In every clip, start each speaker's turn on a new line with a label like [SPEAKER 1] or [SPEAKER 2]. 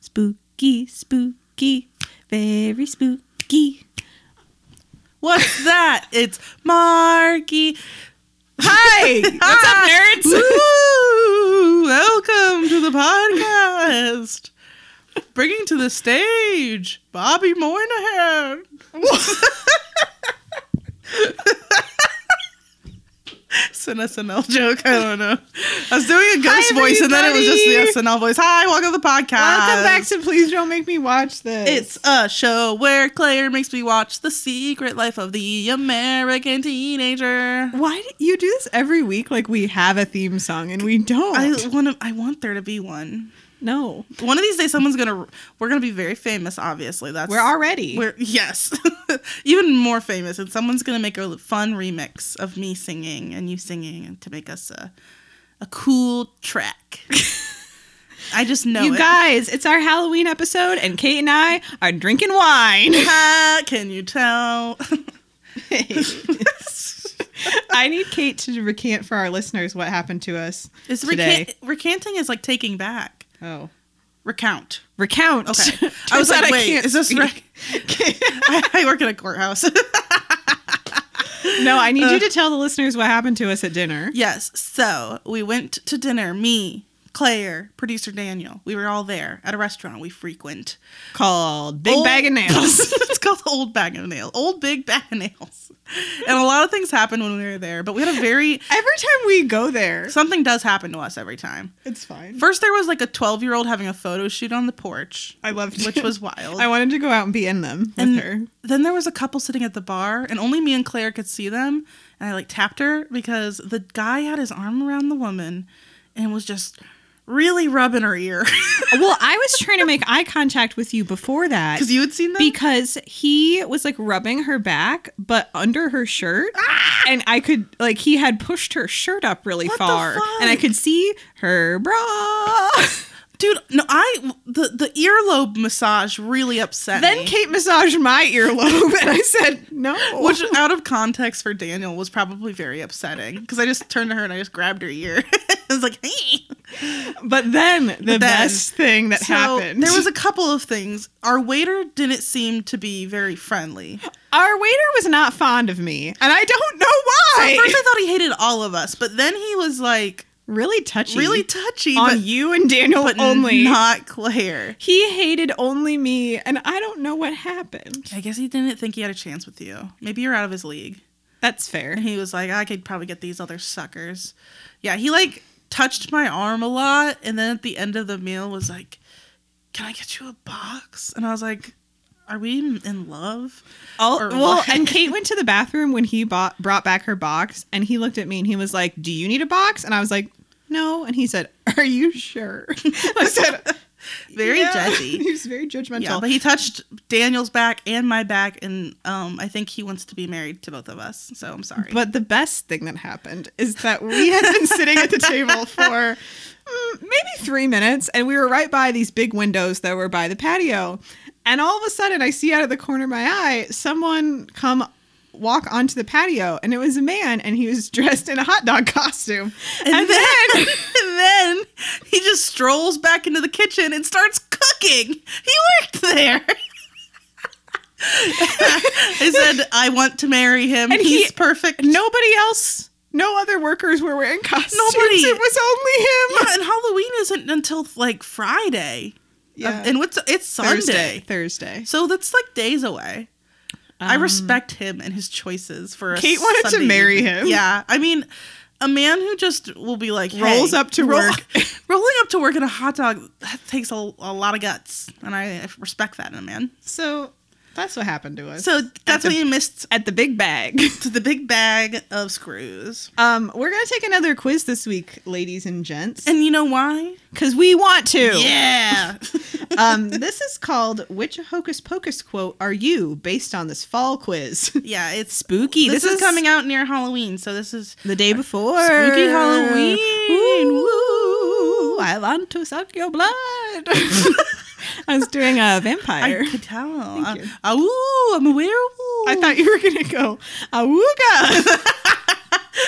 [SPEAKER 1] spooky, spooky, very spooky.
[SPEAKER 2] What's that? it's Marky. Hi.
[SPEAKER 1] What's up, nerds?
[SPEAKER 2] Woo! Welcome to the podcast. Bringing to the stage Bobby Moynihan. It's an SNL joke. I don't know. I was doing a ghost voice and then it was just the
[SPEAKER 1] everybody.
[SPEAKER 2] SNL voice. Hi, welcome to the podcast.
[SPEAKER 1] Welcome back to Please Don't Make Me Watch This.
[SPEAKER 2] It's a show where Claire makes me watch The Secret Life of the American Teenager.
[SPEAKER 1] why do you do this every week? Like we have a theme song and we don't.
[SPEAKER 2] I want to. I want there to be one.
[SPEAKER 1] no,
[SPEAKER 2] One of these days, someone's gonna. We're gonna be very famous. Obviously, that's
[SPEAKER 1] we're already.
[SPEAKER 2] We're yes, even more famous, and someone's gonna make a fun remix of me singing and you singing to make us a a cool track. I just know
[SPEAKER 1] you
[SPEAKER 2] it.
[SPEAKER 1] guys, it's our Halloween episode, and Kate and I are drinking wine.
[SPEAKER 2] Ah, Can you tell?
[SPEAKER 1] I need Kate to recant for our listeners what happened to us
[SPEAKER 2] It's
[SPEAKER 1] today.
[SPEAKER 2] recant- recanting is like taking back.
[SPEAKER 1] oh,
[SPEAKER 2] Recount.
[SPEAKER 1] recount.
[SPEAKER 2] Okay. I was
[SPEAKER 1] Turns out
[SPEAKER 2] like, wait,
[SPEAKER 1] can't
[SPEAKER 2] is this
[SPEAKER 1] speak.
[SPEAKER 2] rec- I, I work in a courthouse.
[SPEAKER 1] no, I need you to tell the listeners what happened to us at dinner.
[SPEAKER 2] yes. So we went to dinner. Me, Claire, producer Daniel. We were all there at a restaurant we frequent.
[SPEAKER 1] Called Big
[SPEAKER 2] Old-
[SPEAKER 1] Bag of Nails.
[SPEAKER 2] it's called Old Bag of Nails. Old Big Bag of Nails. And a lot of things happened when we were there, but we had a very
[SPEAKER 1] Every time we go there,
[SPEAKER 2] something does happen to us every time.
[SPEAKER 1] it's fine.
[SPEAKER 2] First, there was like a 12 year old having a photo shoot on the porch,
[SPEAKER 1] I loved
[SPEAKER 2] which was wild.
[SPEAKER 1] I wanted to go out and be in them with
[SPEAKER 2] and
[SPEAKER 1] her.
[SPEAKER 2] then there was a couple sitting at the bar, and only me and Claire could see them. And I like tapped her because the guy had his arm around the woman and was just really rubbing her ear.
[SPEAKER 1] Well, I was trying to make eye contact with you before that
[SPEAKER 2] Because you had seen them?
[SPEAKER 1] because he was like rubbing her back, but under her shirt, and I could like he had pushed her shirt up really
[SPEAKER 2] What the
[SPEAKER 1] far, and I
[SPEAKER 2] fuck?
[SPEAKER 1] could see her bra.
[SPEAKER 2] Dude, no, I, the, the earlobe massage really upset me.
[SPEAKER 1] then Kate massaged my earlobe, and I said no.
[SPEAKER 2] which out of context for Daniel was probably very upsetting because I just turned to her and I just grabbed her ear. I was like, "Hey!"
[SPEAKER 1] but then the
[SPEAKER 2] then-
[SPEAKER 1] best thing that
[SPEAKER 2] So,
[SPEAKER 1] happened
[SPEAKER 2] There was a couple of things. Our waiter didn't seem to be very friendly.
[SPEAKER 1] our waiter was not fond of me, and I don't know
[SPEAKER 2] At
[SPEAKER 1] why.
[SPEAKER 2] first, I thought he hated all of us, but then he was like
[SPEAKER 1] really touchy,
[SPEAKER 2] really touchy,
[SPEAKER 1] on
[SPEAKER 2] but,
[SPEAKER 1] you and Daniel
[SPEAKER 2] but
[SPEAKER 1] only.
[SPEAKER 2] not Claire.
[SPEAKER 1] He hated only me, and I don't know what happened.
[SPEAKER 2] I guess he didn't think he had a chance with you. Maybe you're out of his league.
[SPEAKER 1] That's fair.
[SPEAKER 2] And he was like, I could probably get these other suckers. Yeah, he like touched my arm a lot. And then at the end of the meal was like, Can I get you a box? And I was like, Are we in- in love?
[SPEAKER 1] All,
[SPEAKER 2] Or
[SPEAKER 1] well,
[SPEAKER 2] what?
[SPEAKER 1] and Kate went to the bathroom when he bought, brought back her box, and he looked at me and he was like, "Do you need a box?" And I was like, "No." And he said, "Are you sure?" I said,
[SPEAKER 2] Very
[SPEAKER 1] "Yeah."
[SPEAKER 2] judgy.
[SPEAKER 1] He was very judgmental.
[SPEAKER 2] Yeah, but he touched Daniel's back and my back, and um, I think he wants to be married to both of us. So I'm sorry.
[SPEAKER 1] But the best thing that happened is that we had been sitting at the table for mm, maybe three minutes, and we were right by these big windows that were by the patio. And all of a sudden, I see out of the corner of my eye someone come walk onto the patio, and it was a man, and he was dressed in a hot dog costume. And, then.
[SPEAKER 2] and then he just strolls back into the kitchen and starts cooking. He worked there. I said, I want to marry him.
[SPEAKER 1] And
[SPEAKER 2] He's
[SPEAKER 1] he-
[SPEAKER 2] perfect.
[SPEAKER 1] Nobody else, no other workers were wearing costumes.
[SPEAKER 2] Nobody.
[SPEAKER 1] It was only him.
[SPEAKER 2] Yeah, and Halloween isn't until like Friday. Uh, and what's it's Sunday.
[SPEAKER 1] Thursday. Thursday.
[SPEAKER 2] So that's like days away. I
[SPEAKER 1] Um,
[SPEAKER 2] respect him and his choices for a
[SPEAKER 1] Kate wanted to
[SPEAKER 2] Sunday
[SPEAKER 1] marry
[SPEAKER 2] evening.
[SPEAKER 1] him.
[SPEAKER 2] Yeah. I mean, a man who just will be like
[SPEAKER 1] Rolls
[SPEAKER 2] hey,
[SPEAKER 1] up to
[SPEAKER 2] roll-
[SPEAKER 1] work.
[SPEAKER 2] rolling up to work in a hot dog that takes a, a lot of guts, and I respect that in a man.
[SPEAKER 1] So that's what happened to us.
[SPEAKER 2] So that's
[SPEAKER 1] the-
[SPEAKER 2] what you missed
[SPEAKER 1] at the big bag.
[SPEAKER 2] to the big bag of screws.
[SPEAKER 1] Um, we're gonna take another quiz this week, ladies and gents,
[SPEAKER 2] And you know why?
[SPEAKER 1] because we want to.
[SPEAKER 2] Yeah.
[SPEAKER 1] um, this is called "Which Hocus Pocus quote are you?" based on this fall quiz.
[SPEAKER 2] yeah, it's
[SPEAKER 1] Spooky.
[SPEAKER 2] This, is, coming out near Halloween, so this is
[SPEAKER 1] the day before
[SPEAKER 2] Spooky Halloween.
[SPEAKER 1] Ooh, I want to suck your blood. I was doing a vampire.
[SPEAKER 2] I could tell.
[SPEAKER 1] Thank you.
[SPEAKER 2] Uh, ooh, I'm a werewolf.
[SPEAKER 1] I, thought you were gonna go awooga.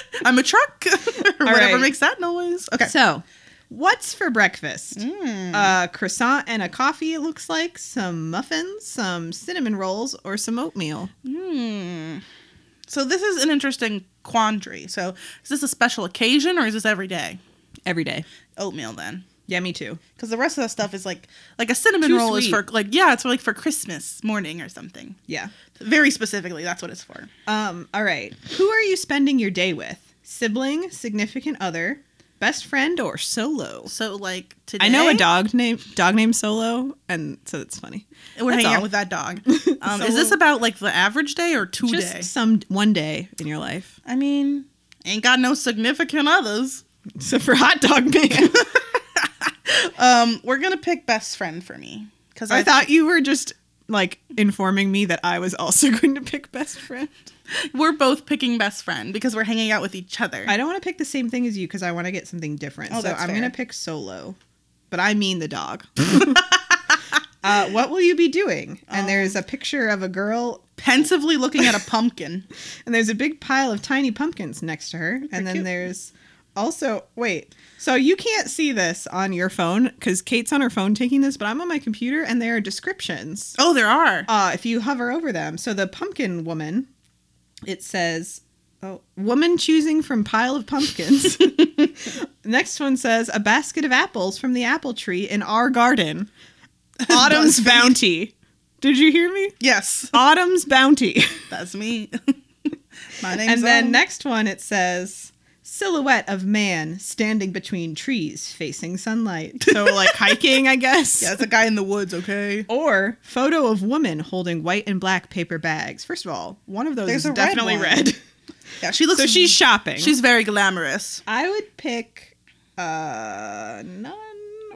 [SPEAKER 2] I'm a truck. or
[SPEAKER 1] All
[SPEAKER 2] whatever
[SPEAKER 1] right.
[SPEAKER 2] makes that noise. Okay.
[SPEAKER 1] So, hmm. What's for breakfast? A Uh, croissant and a coffee, it looks like, some muffins, some cinnamon rolls, or some oatmeal.
[SPEAKER 2] Hmm. So this is an interesting quandary. So is this a special occasion or is this every day?
[SPEAKER 1] Every day.
[SPEAKER 2] Oatmeal then.
[SPEAKER 1] Yeah, me too.
[SPEAKER 2] Because the rest of that stuff is like like a cinnamon
[SPEAKER 1] Too
[SPEAKER 2] roll is
[SPEAKER 1] sweet.
[SPEAKER 2] for like yeah, it's for like for Christmas morning or something.
[SPEAKER 1] Yeah.
[SPEAKER 2] Very specifically, that's what it's for.
[SPEAKER 1] Um, all right. Who are you spending your day with? Sibling, significant other, best friend, or solo?
[SPEAKER 2] So like today,
[SPEAKER 1] I know a dog named dog named Solo, and so that's funny.
[SPEAKER 2] We're
[SPEAKER 1] That's
[SPEAKER 2] hanging out
[SPEAKER 1] all.
[SPEAKER 2] with that dog. Um,
[SPEAKER 1] So
[SPEAKER 2] is this
[SPEAKER 1] we'll-
[SPEAKER 2] about like the average day or two
[SPEAKER 1] Just
[SPEAKER 2] day?
[SPEAKER 1] some one day in your life.
[SPEAKER 2] I mean, ain't got no significant others.
[SPEAKER 1] So for hot dog man,
[SPEAKER 2] Um, we're gonna pick best friend for me because
[SPEAKER 1] I thought you were just like informing me that I was also going to pick best friend.
[SPEAKER 2] we're both picking best friend because we're hanging out with each other.
[SPEAKER 1] I don't want to pick the same thing as you because I want to get something different.
[SPEAKER 2] Oh,
[SPEAKER 1] so
[SPEAKER 2] that's
[SPEAKER 1] I'm
[SPEAKER 2] fair.
[SPEAKER 1] going to pick solo, but I mean the dog. uh, what will you be doing?
[SPEAKER 2] Um,
[SPEAKER 1] And there's a picture of a girl,
[SPEAKER 2] Pensively looking at a pumpkin.
[SPEAKER 1] and there's a big pile of tiny pumpkins next to her. And then
[SPEAKER 2] cute.
[SPEAKER 1] there's also, wait, so you can't see this on your phone because Kate's on her phone taking this, but I'm on my computer and there are descriptions
[SPEAKER 2] Oh, there are.
[SPEAKER 1] uh, if you hover over them. So the pumpkin woman, it says, oh, woman choosing from pile of pumpkins. Next one says, a basket of apples from the apple tree in our garden. Autumn's
[SPEAKER 2] Buzzfeed.
[SPEAKER 1] bounty. Did you hear me?
[SPEAKER 2] Yes,
[SPEAKER 1] Autumn's bounty.
[SPEAKER 2] that's me. My name's
[SPEAKER 1] and then
[SPEAKER 2] Autumn.
[SPEAKER 1] next one it says, silhouette of man standing between trees facing sunlight. So like hiking, I guess.
[SPEAKER 2] Yeah, it's a guy in the woods. Okay.
[SPEAKER 1] Or photo of woman holding white and black paper bags. First of all, one of those
[SPEAKER 2] There's
[SPEAKER 1] is
[SPEAKER 2] a red
[SPEAKER 1] definitely
[SPEAKER 2] one.
[SPEAKER 1] red.
[SPEAKER 2] Yeah, she looks.
[SPEAKER 1] so she's shopping.
[SPEAKER 2] she's very glamorous.
[SPEAKER 1] I would pick uh none.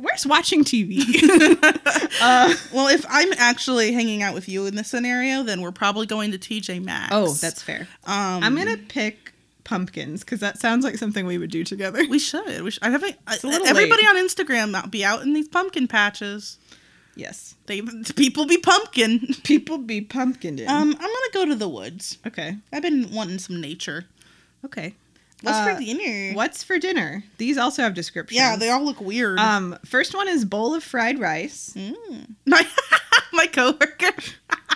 [SPEAKER 1] Where's watching TV? uh,
[SPEAKER 2] Well, if I'm actually hanging out with you in this scenario, then we're probably going to TJ Maxx.
[SPEAKER 1] Oh, fair.
[SPEAKER 2] Um,
[SPEAKER 1] I'm gonna pick pumpkins because that sounds like something we would do together.
[SPEAKER 2] We should. We should. I haven't. I,
[SPEAKER 1] a little
[SPEAKER 2] everybody on Instagram not be out in these pumpkin patches.
[SPEAKER 1] Yes,
[SPEAKER 2] They people be pumpkin.
[SPEAKER 1] people be pumpkined in.
[SPEAKER 2] Um, I'm gonna go to the woods.
[SPEAKER 1] okay,
[SPEAKER 2] I've been wanting some nature.
[SPEAKER 1] okay.
[SPEAKER 2] What's
[SPEAKER 1] Uh,
[SPEAKER 2] for dinner?
[SPEAKER 1] What's for dinner? These also have descriptions.
[SPEAKER 2] Yeah, they all look weird.
[SPEAKER 1] Um, first one is bowl of fried rice.
[SPEAKER 2] Mm. My my coworker.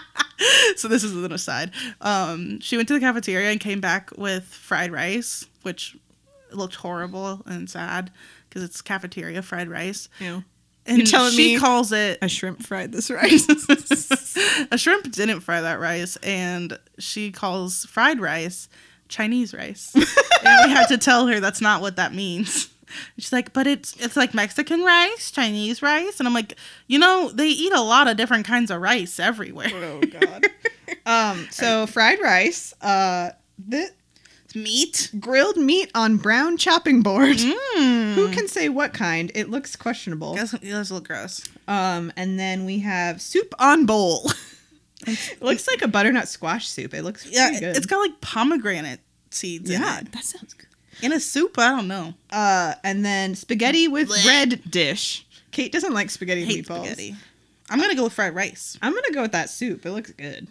[SPEAKER 2] so this is an aside. Um, she went to the cafeteria and came back with fried rice, which looked horrible and sad because it's cafeteria fried rice.
[SPEAKER 1] Ew.
[SPEAKER 2] And
[SPEAKER 1] telling
[SPEAKER 2] she
[SPEAKER 1] me-
[SPEAKER 2] calls it
[SPEAKER 1] A shrimp fried this rice.
[SPEAKER 2] a shrimp didn't fry that rice, and she calls fried rice Chinese rice. and we had to tell her that's not what that means. She's like, but it's it's like Mexican rice, Chinese rice, and I'm like, you know, they eat a lot of different kinds of rice everywhere.
[SPEAKER 1] oh god. Um, so fried rice, uh, the
[SPEAKER 2] Meat.
[SPEAKER 1] grilled meat on brown chopping board.
[SPEAKER 2] Mm.
[SPEAKER 1] Who can say what kind? It looks questionable.
[SPEAKER 2] That's, that's a little gross.
[SPEAKER 1] Um, and then we have soup on bowl. it looks like a butternut squash soup. It looks
[SPEAKER 2] Yeah,
[SPEAKER 1] pretty
[SPEAKER 2] it-
[SPEAKER 1] good.
[SPEAKER 2] it's got like pomegranate seeds
[SPEAKER 1] yeah,
[SPEAKER 2] in it.
[SPEAKER 1] that sounds good.
[SPEAKER 2] In a soup, I don't know.
[SPEAKER 1] Uh, and then spaghetti with
[SPEAKER 2] Blech.
[SPEAKER 1] bread dish. Kate doesn't like spaghetti
[SPEAKER 2] I hate
[SPEAKER 1] meatballs.
[SPEAKER 2] spaghetti. I'm
[SPEAKER 1] Uh,
[SPEAKER 2] gonna go with fried rice.
[SPEAKER 1] I'm gonna go with that soup. It looks good.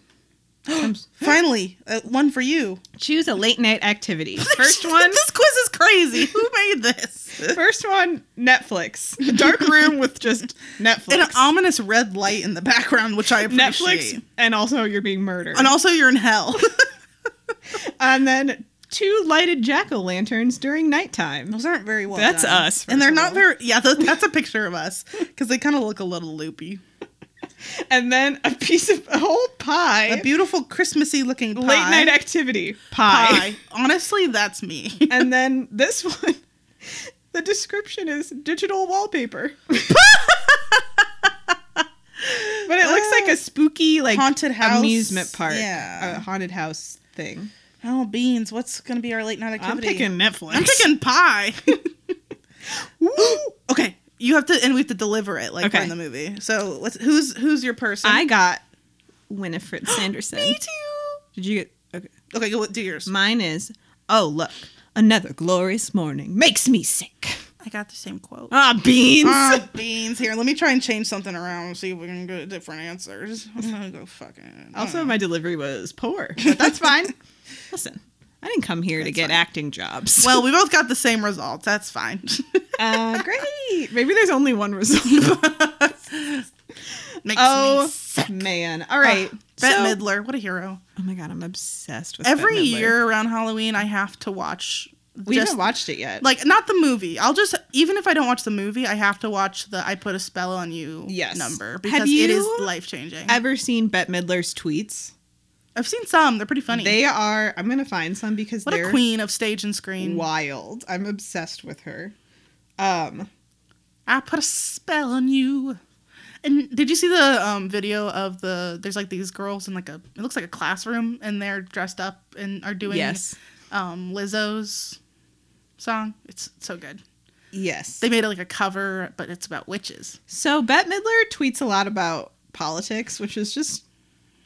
[SPEAKER 1] Comes-
[SPEAKER 2] Finally, uh, one for you.
[SPEAKER 1] Choose a late night activity. First one,
[SPEAKER 2] this quiz is crazy. Who made this?
[SPEAKER 1] first one, Netflix. A dark room with just Netflix.
[SPEAKER 2] An ominous red light in the background, which I appreciate.
[SPEAKER 1] Netflix, and also you're being murdered.
[SPEAKER 2] And also, you're in hell.
[SPEAKER 1] and then two lighted jack o' lanterns during nighttime.
[SPEAKER 2] Those aren't very well.
[SPEAKER 1] That's
[SPEAKER 2] done.
[SPEAKER 1] us,
[SPEAKER 2] and they're
[SPEAKER 1] first
[SPEAKER 2] not
[SPEAKER 1] of
[SPEAKER 2] very. Yeah, th- that's a picture of us because they kind of look a little loopy.
[SPEAKER 1] and then a piece of a whole pie.
[SPEAKER 2] A beautiful Christmassy looking pie.
[SPEAKER 1] late night activity pie.
[SPEAKER 2] pie. Honestly, that's me.
[SPEAKER 1] and then this one, the description is digital wallpaper. but it looks like a spooky, like
[SPEAKER 2] Uh, Haunted house.
[SPEAKER 1] amusement park,
[SPEAKER 2] Yeah.
[SPEAKER 1] a haunted house thing.
[SPEAKER 2] oh, beans. What's gonna be our late night
[SPEAKER 1] I'm
[SPEAKER 2] activity?
[SPEAKER 1] picking Netflix.
[SPEAKER 2] I'm picking pie.
[SPEAKER 1] Ooh.
[SPEAKER 2] okay, you have to, and we have to deliver it like we're
[SPEAKER 1] Okay.
[SPEAKER 2] in the movie. So, what's who's who's your person?
[SPEAKER 1] I got Winifred Sanderson.
[SPEAKER 2] Me too.
[SPEAKER 1] Did you get? Okay.
[SPEAKER 2] Okay, go do yours.
[SPEAKER 1] Mine is. Oh look, another glorious morning makes me sick.
[SPEAKER 2] I got the same quote.
[SPEAKER 1] Ah, beans.
[SPEAKER 2] Ah, beans. Here, let me try and change something around and see if we can get different answers. I'm gonna go fucking.
[SPEAKER 1] Also, my delivery was poor, but that's fine. Listen, I didn't come here to
[SPEAKER 2] That's
[SPEAKER 1] get
[SPEAKER 2] fine.
[SPEAKER 1] acting jobs.
[SPEAKER 2] Well, we both got the same results. That's fine.
[SPEAKER 1] uh, great. Maybe there's only one result.
[SPEAKER 2] Makes
[SPEAKER 1] oh
[SPEAKER 2] me
[SPEAKER 1] man! All right,
[SPEAKER 2] Ah, Bette
[SPEAKER 1] so-
[SPEAKER 2] Midler, what a hero.
[SPEAKER 1] Oh my god, I'm obsessed with
[SPEAKER 2] Every
[SPEAKER 1] Bette Midler.
[SPEAKER 2] year around Halloween, I have to watch.
[SPEAKER 1] We
[SPEAKER 2] just,
[SPEAKER 1] haven't watched it yet.
[SPEAKER 2] like not the movie. I'll just even if I don't watch the movie, I have to watch the "I Put a Spell on You"
[SPEAKER 1] Yes.
[SPEAKER 2] number
[SPEAKER 1] Have
[SPEAKER 2] because it is
[SPEAKER 1] you
[SPEAKER 2] life changing. I've,
[SPEAKER 1] ever seen Bette Midler's tweets?
[SPEAKER 2] seen some; they're pretty funny.
[SPEAKER 1] They are. I'm gonna find some because
[SPEAKER 2] what
[SPEAKER 1] they're
[SPEAKER 2] a queen of stage and screen!
[SPEAKER 1] wild. I'm obsessed with her. Um,
[SPEAKER 2] I put a spell on you. And did you see the um, video of the? There's like these girls in like a. It looks like a classroom, and they're dressed up and are doing
[SPEAKER 1] yes,
[SPEAKER 2] um, Lizzo's song. It's so good.
[SPEAKER 1] yes.
[SPEAKER 2] They made it like a cover, but it's about witches.
[SPEAKER 1] So Bette Midler tweets a lot about politics, which is just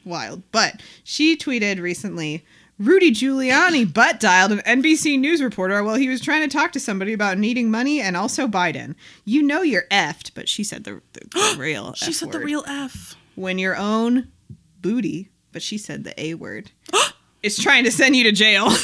[SPEAKER 1] wild. But she tweeted recently Rudy Giuliani butt dialed an NBC News reporter while he was trying to talk to somebody about needing money and also Biden. You know you're effed, but she said the, the, the real
[SPEAKER 2] She
[SPEAKER 1] F
[SPEAKER 2] said the
[SPEAKER 1] word.
[SPEAKER 2] real F.
[SPEAKER 1] When your own booty, but she said the A word, is trying to send you to jail.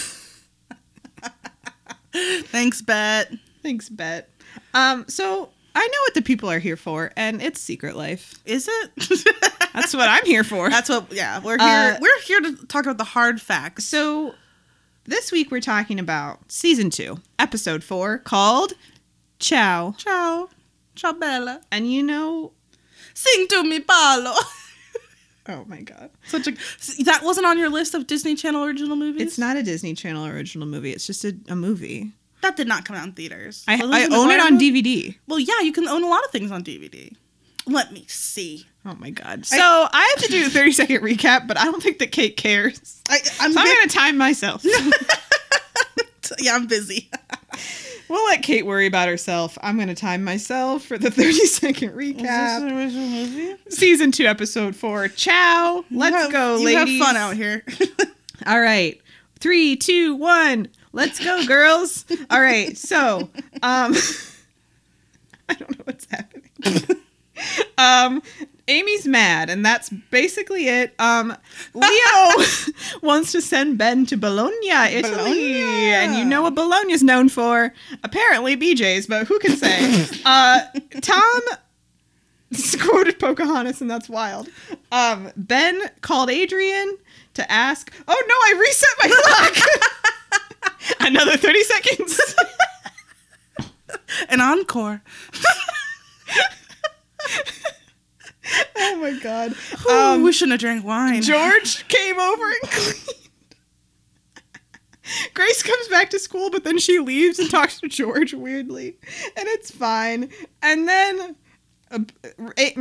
[SPEAKER 2] Thanks, Bet.
[SPEAKER 1] Thanks, Bet. Um, so I know what the people are here for, and it's Secret Life.
[SPEAKER 2] Is it?
[SPEAKER 1] That's what I'm here for.
[SPEAKER 2] That's what. Yeah, we're here.
[SPEAKER 1] Uh,
[SPEAKER 2] we're here to talk about the hard facts.
[SPEAKER 1] So this week we're talking about season two, episode four, called Chow.
[SPEAKER 2] Ciao, ciao, Bella.
[SPEAKER 1] And you know,
[SPEAKER 2] Sing to me, Paolo.
[SPEAKER 1] oh my god,
[SPEAKER 2] Such a that wasn't on your list of Disney Channel original movies.
[SPEAKER 1] it's not a Disney Channel original movie. It's just a, a movie.
[SPEAKER 2] That did not come out in theaters.
[SPEAKER 1] I,
[SPEAKER 2] Wasn't
[SPEAKER 1] I
[SPEAKER 2] the
[SPEAKER 1] own it
[SPEAKER 2] Mario
[SPEAKER 1] on
[SPEAKER 2] movie?
[SPEAKER 1] DVD.
[SPEAKER 2] Well, yeah, you can own a lot of things on DVD. Let me see.
[SPEAKER 1] Oh my god. So I, have to do a 30 second recap, but I don't think that Kate cares.
[SPEAKER 2] I, I'm,
[SPEAKER 1] So I'm
[SPEAKER 2] bu-
[SPEAKER 1] gonna time myself.
[SPEAKER 2] yeah, I'm busy.
[SPEAKER 1] we'll let Kate worry about herself. I'm gonna time myself for the 30 second recap.
[SPEAKER 2] original movie?
[SPEAKER 1] Season two, episode four. Ciao. Let's go,
[SPEAKER 2] you
[SPEAKER 1] ladies.
[SPEAKER 2] Have fun out here.
[SPEAKER 1] All right. Three, two, one. Let's go, girls. All right. So, um, I don't know what's happening. um, Amy's mad, and that's basically it. Um, Leo wants to send Ben to Bologna, Italy.
[SPEAKER 2] Bologna.
[SPEAKER 1] And you know what Bologna's known for? Apparently BJ's, but who can say? uh, Tom quoted Pocahontas, and that's wild. Um, ben called Adrian to ask. Oh no, I reset my clock. Another thirty seconds.
[SPEAKER 2] An encore.
[SPEAKER 1] oh my god.
[SPEAKER 2] Ooh,
[SPEAKER 1] Um,
[SPEAKER 2] we shouldn't have drank wine.
[SPEAKER 1] George came over and cleaned. Grace comes back to school, but then she leaves and talks to George weirdly, and it's fine. And then. uh, it-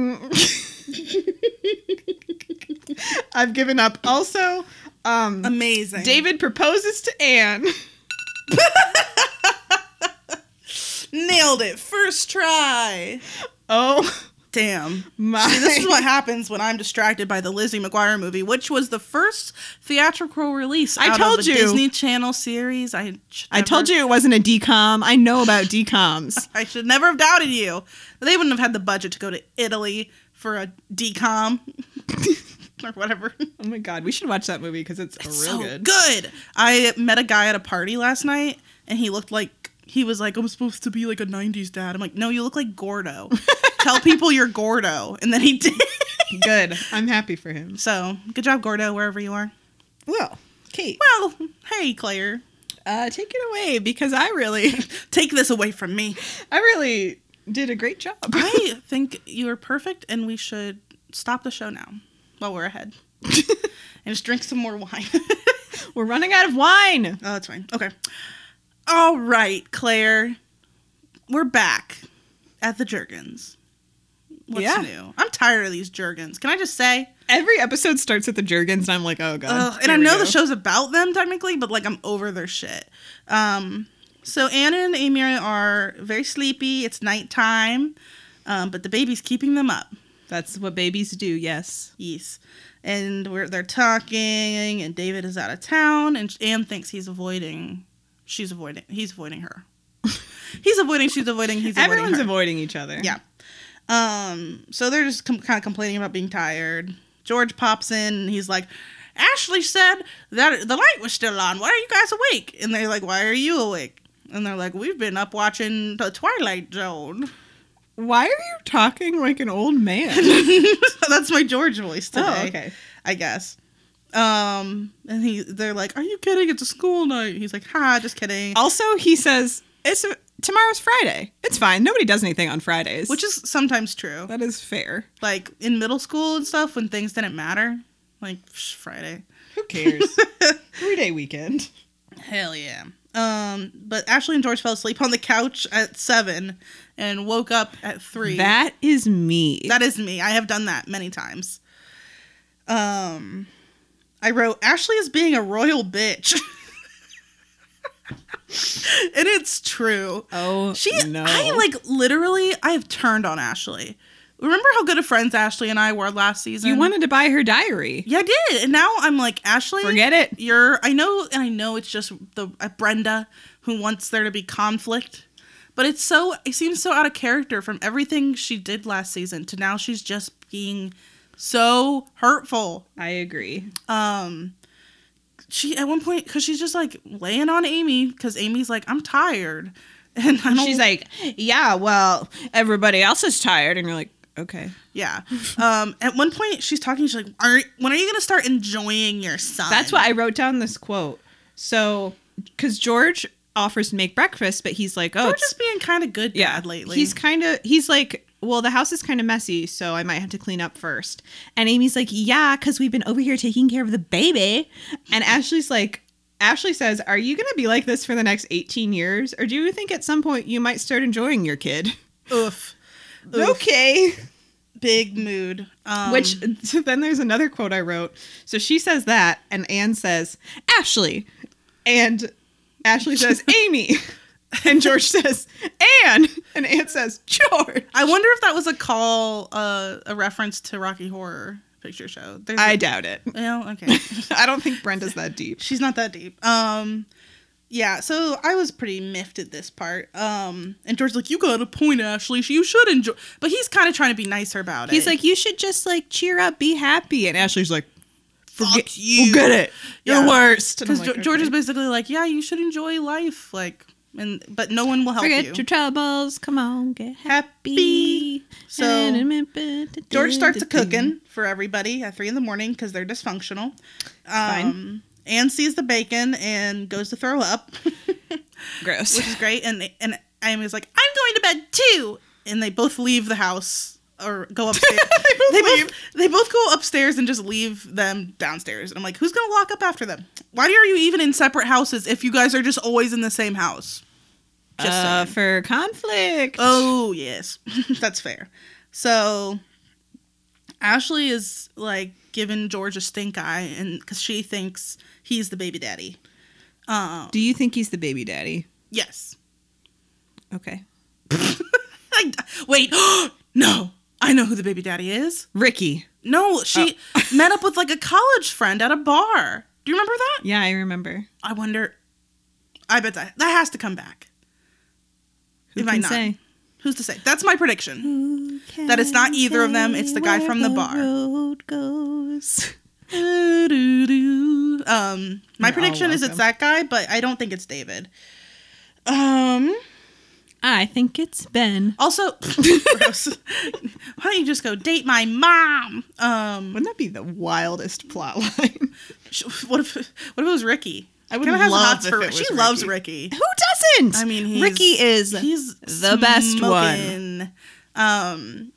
[SPEAKER 1] I've given up. Also, um,
[SPEAKER 2] Amazing.
[SPEAKER 1] David proposes to Anne.
[SPEAKER 2] nailed it. First try.
[SPEAKER 1] Oh
[SPEAKER 2] Damn.
[SPEAKER 1] my!
[SPEAKER 2] See, this is what happens when I'm distracted by the Lizzie McGuire movie, which was the first theatrical release.
[SPEAKER 1] I
[SPEAKER 2] out
[SPEAKER 1] told
[SPEAKER 2] of a
[SPEAKER 1] you.
[SPEAKER 2] Disney Channel series. I should
[SPEAKER 1] I told
[SPEAKER 2] never-
[SPEAKER 1] you it wasn't a decom. I know about decoms.
[SPEAKER 2] I should never have doubted you. They wouldn't have had the budget to go to Italy for a decom or whatever.
[SPEAKER 1] oh my god, we should watch that movie because it's, real
[SPEAKER 2] so
[SPEAKER 1] good.
[SPEAKER 2] good. I met a guy at a party last night, and he looked like he was like, "I'm supposed to be like a '90s dad." I'm like, "No, you look like Gordo. Tell people you're Gordo," and then he did.
[SPEAKER 1] good. I'm happy for him.
[SPEAKER 2] So good job, Gordo, wherever you are.
[SPEAKER 1] Well, Kate,
[SPEAKER 2] Well, hey, Claire.
[SPEAKER 1] uh, take it away because I really,
[SPEAKER 2] Take this away from me.
[SPEAKER 1] I really did a great job.
[SPEAKER 2] I think you are perfect, and we should stop the show now while we're ahead and just drink some more wine.
[SPEAKER 1] We're running out of wine.
[SPEAKER 2] oh, that's fine. Okay. All right, Claire. We're back at the Jergens. What's
[SPEAKER 1] Yeah.
[SPEAKER 2] new? I'm tired of these Jergens. Can I just say?
[SPEAKER 1] Every episode starts at the Jergens, and I'm like, oh god.
[SPEAKER 2] Ugh, and
[SPEAKER 1] here
[SPEAKER 2] I
[SPEAKER 1] we
[SPEAKER 2] know
[SPEAKER 1] go.
[SPEAKER 2] the show's about them technically, but like I'm over their shit. Um, so Anna and Amira are very sleepy. It's nighttime, um, but the baby's keeping them up.
[SPEAKER 1] That's what babies do. Yes.
[SPEAKER 2] Yes, and we're they're talking, and David is out of town, and Anne thinks he's avoiding. She's avoiding. He's avoiding her. he's avoiding. She's avoiding. He's avoiding
[SPEAKER 1] Everyone's
[SPEAKER 2] her.
[SPEAKER 1] avoiding each other.
[SPEAKER 2] Yeah. Um, so they're just com- kind of complaining about being tired. George pops in and he's like, Ashley said that the light was still on. Why are you guys awake? And they're like, Why are you awake? And they're like, We've been up watching The Twilight Zone.
[SPEAKER 1] Why are you talking like an old man? Oh,
[SPEAKER 2] That's my George voice today. I guess. Um, and he, they're like, "Are you kidding? It's a school night." He's like, "Ha, just kidding."
[SPEAKER 1] Also, he says it's tomorrow's Friday. It's fine. Nobody does anything on Fridays,
[SPEAKER 2] Which is sometimes true.
[SPEAKER 1] that is fair.
[SPEAKER 2] Like in middle school and stuff, when things didn't matter, like psh, Friday.
[SPEAKER 1] Who cares? Three day weekend.
[SPEAKER 2] Hell yeah. Um, but Ashley and George fell asleep on the couch at seven and woke up at three.
[SPEAKER 1] That is me.
[SPEAKER 2] That is me. I have done that many times. Um, I wrote Ashley is being a royal bitch, and it's true.
[SPEAKER 1] oh,
[SPEAKER 2] She,
[SPEAKER 1] no.
[SPEAKER 2] I like literally, I've turned on Ashley. Remember how good of friends Ashley and I were last season?
[SPEAKER 1] You wanted to buy her diary.
[SPEAKER 2] Yeah, I did. And now I'm like, Ashley,
[SPEAKER 1] Forget it.
[SPEAKER 2] you're, I know, and I know it's just the uh, Brenda who wants there to be conflict, but it's so, it seems so out of character from everything she did last season to now she's just being so hurtful
[SPEAKER 1] I agree.
[SPEAKER 2] um she at one point because she's just like laying on amy because amy's like i'm tired and I don't,
[SPEAKER 1] She's like, yeah, well, everybody else is tired, and you're like, okay.
[SPEAKER 2] yeah um at one point she's talking she's like are when are you gonna start enjoying yourself
[SPEAKER 1] That's why I wrote down this quote. So, because George offers to make breakfast, but he's like, oh,
[SPEAKER 2] we're
[SPEAKER 1] it's-
[SPEAKER 2] just being kind of good
[SPEAKER 1] yeah,
[SPEAKER 2] dad lately
[SPEAKER 1] He's kind of he's like, well, the house is kind of messy, so I might have to clean up first. And Amy's like, yeah, because we've been over here taking care of the baby. And Ashley's like, Ashley says, are you gonna be like this for the next eighteen years, or do you think at some point you might start enjoying your kid?
[SPEAKER 2] oof Oof.
[SPEAKER 1] Okay.
[SPEAKER 2] big mood um
[SPEAKER 1] Which so then there's another quote I wrote. So she says that, and Anne says Ashley, and Ashley says Amy, and George says Anne, and Anne says George.
[SPEAKER 2] i wonder if that was a call uh a reference to rocky horror picture show There's
[SPEAKER 1] I
[SPEAKER 2] a-
[SPEAKER 1] doubt it.
[SPEAKER 2] well okay
[SPEAKER 1] I don't think Brenda's that deep.
[SPEAKER 2] she's not that deep. Um, yeah. So I was pretty miffed at this part. Um, and George's like, "You got a point, Ashley. You should enjoy." But he's kind of trying to be nicer about
[SPEAKER 1] He's
[SPEAKER 2] it.
[SPEAKER 1] like, you should just like cheer up, be happy, and Ashley's like,
[SPEAKER 2] "Fuck
[SPEAKER 1] forget
[SPEAKER 2] you."
[SPEAKER 1] forget it, you're
[SPEAKER 2] Yeah.
[SPEAKER 1] worst. And I'm
[SPEAKER 2] because
[SPEAKER 1] like,
[SPEAKER 2] George is
[SPEAKER 1] "Okay.
[SPEAKER 2] basically like, "Yeah, you should enjoy life." Like, and but no one will help
[SPEAKER 1] forget
[SPEAKER 2] you.
[SPEAKER 1] your troubles, come on, get
[SPEAKER 2] Happy.
[SPEAKER 1] happy.
[SPEAKER 2] So George starts a cooking for everybody at three in the morning because they're dysfunctional.
[SPEAKER 1] Fine.
[SPEAKER 2] Um, Anne sees the bacon and goes to throw up.
[SPEAKER 1] Gross.
[SPEAKER 2] which is great. And and Amy's like, I'm going to bed too. And they both leave the house or go upstairs.
[SPEAKER 1] They both
[SPEAKER 2] they, both,
[SPEAKER 1] leave.
[SPEAKER 2] they both go upstairs and just leave them downstairs. And I'm like, who's gonna lock up after them? Why are you even in separate houses if you guys are just always in the same house? Just
[SPEAKER 1] uh,
[SPEAKER 2] saying.
[SPEAKER 1] for conflict.
[SPEAKER 2] Oh yes, that's fair. So Ashley is like giving George a stink eye, and because she thinks he's the baby daddy. Um,
[SPEAKER 1] Do you think he's the baby daddy?
[SPEAKER 2] yes.
[SPEAKER 1] Okay.
[SPEAKER 2] I, wait, no, I know who the baby daddy is.
[SPEAKER 1] Ricky.
[SPEAKER 2] No, she met up with like a college friend at a bar. Do you remember that?
[SPEAKER 1] Yeah, I remember.
[SPEAKER 2] I wonder. I bet that that has to come back.
[SPEAKER 1] Who
[SPEAKER 2] It might
[SPEAKER 1] can
[SPEAKER 2] not.
[SPEAKER 1] say?
[SPEAKER 2] Who's to say? That's my prediction. That it's not either of them, it's the guy from the bar. Um, my
[SPEAKER 1] You're all
[SPEAKER 2] prediction is it's
[SPEAKER 1] welcome.
[SPEAKER 2] that guy, but I don't think it's David. Um.
[SPEAKER 1] I think it's Ben.
[SPEAKER 2] Also, gross. why don't you just go date my mom? Um.
[SPEAKER 1] Wouldn't that be the wildest plot line?
[SPEAKER 2] Sh- What if what if it was Ricky?
[SPEAKER 1] I would
[SPEAKER 2] Kinda has
[SPEAKER 1] love
[SPEAKER 2] hots
[SPEAKER 1] if
[SPEAKER 2] for-
[SPEAKER 1] it
[SPEAKER 2] she
[SPEAKER 1] was
[SPEAKER 2] loves Ricky.
[SPEAKER 1] Who doesn't?
[SPEAKER 2] I mean, he's-
[SPEAKER 1] Ricky is
[SPEAKER 2] He's
[SPEAKER 1] the best one.
[SPEAKER 2] smoking. Um,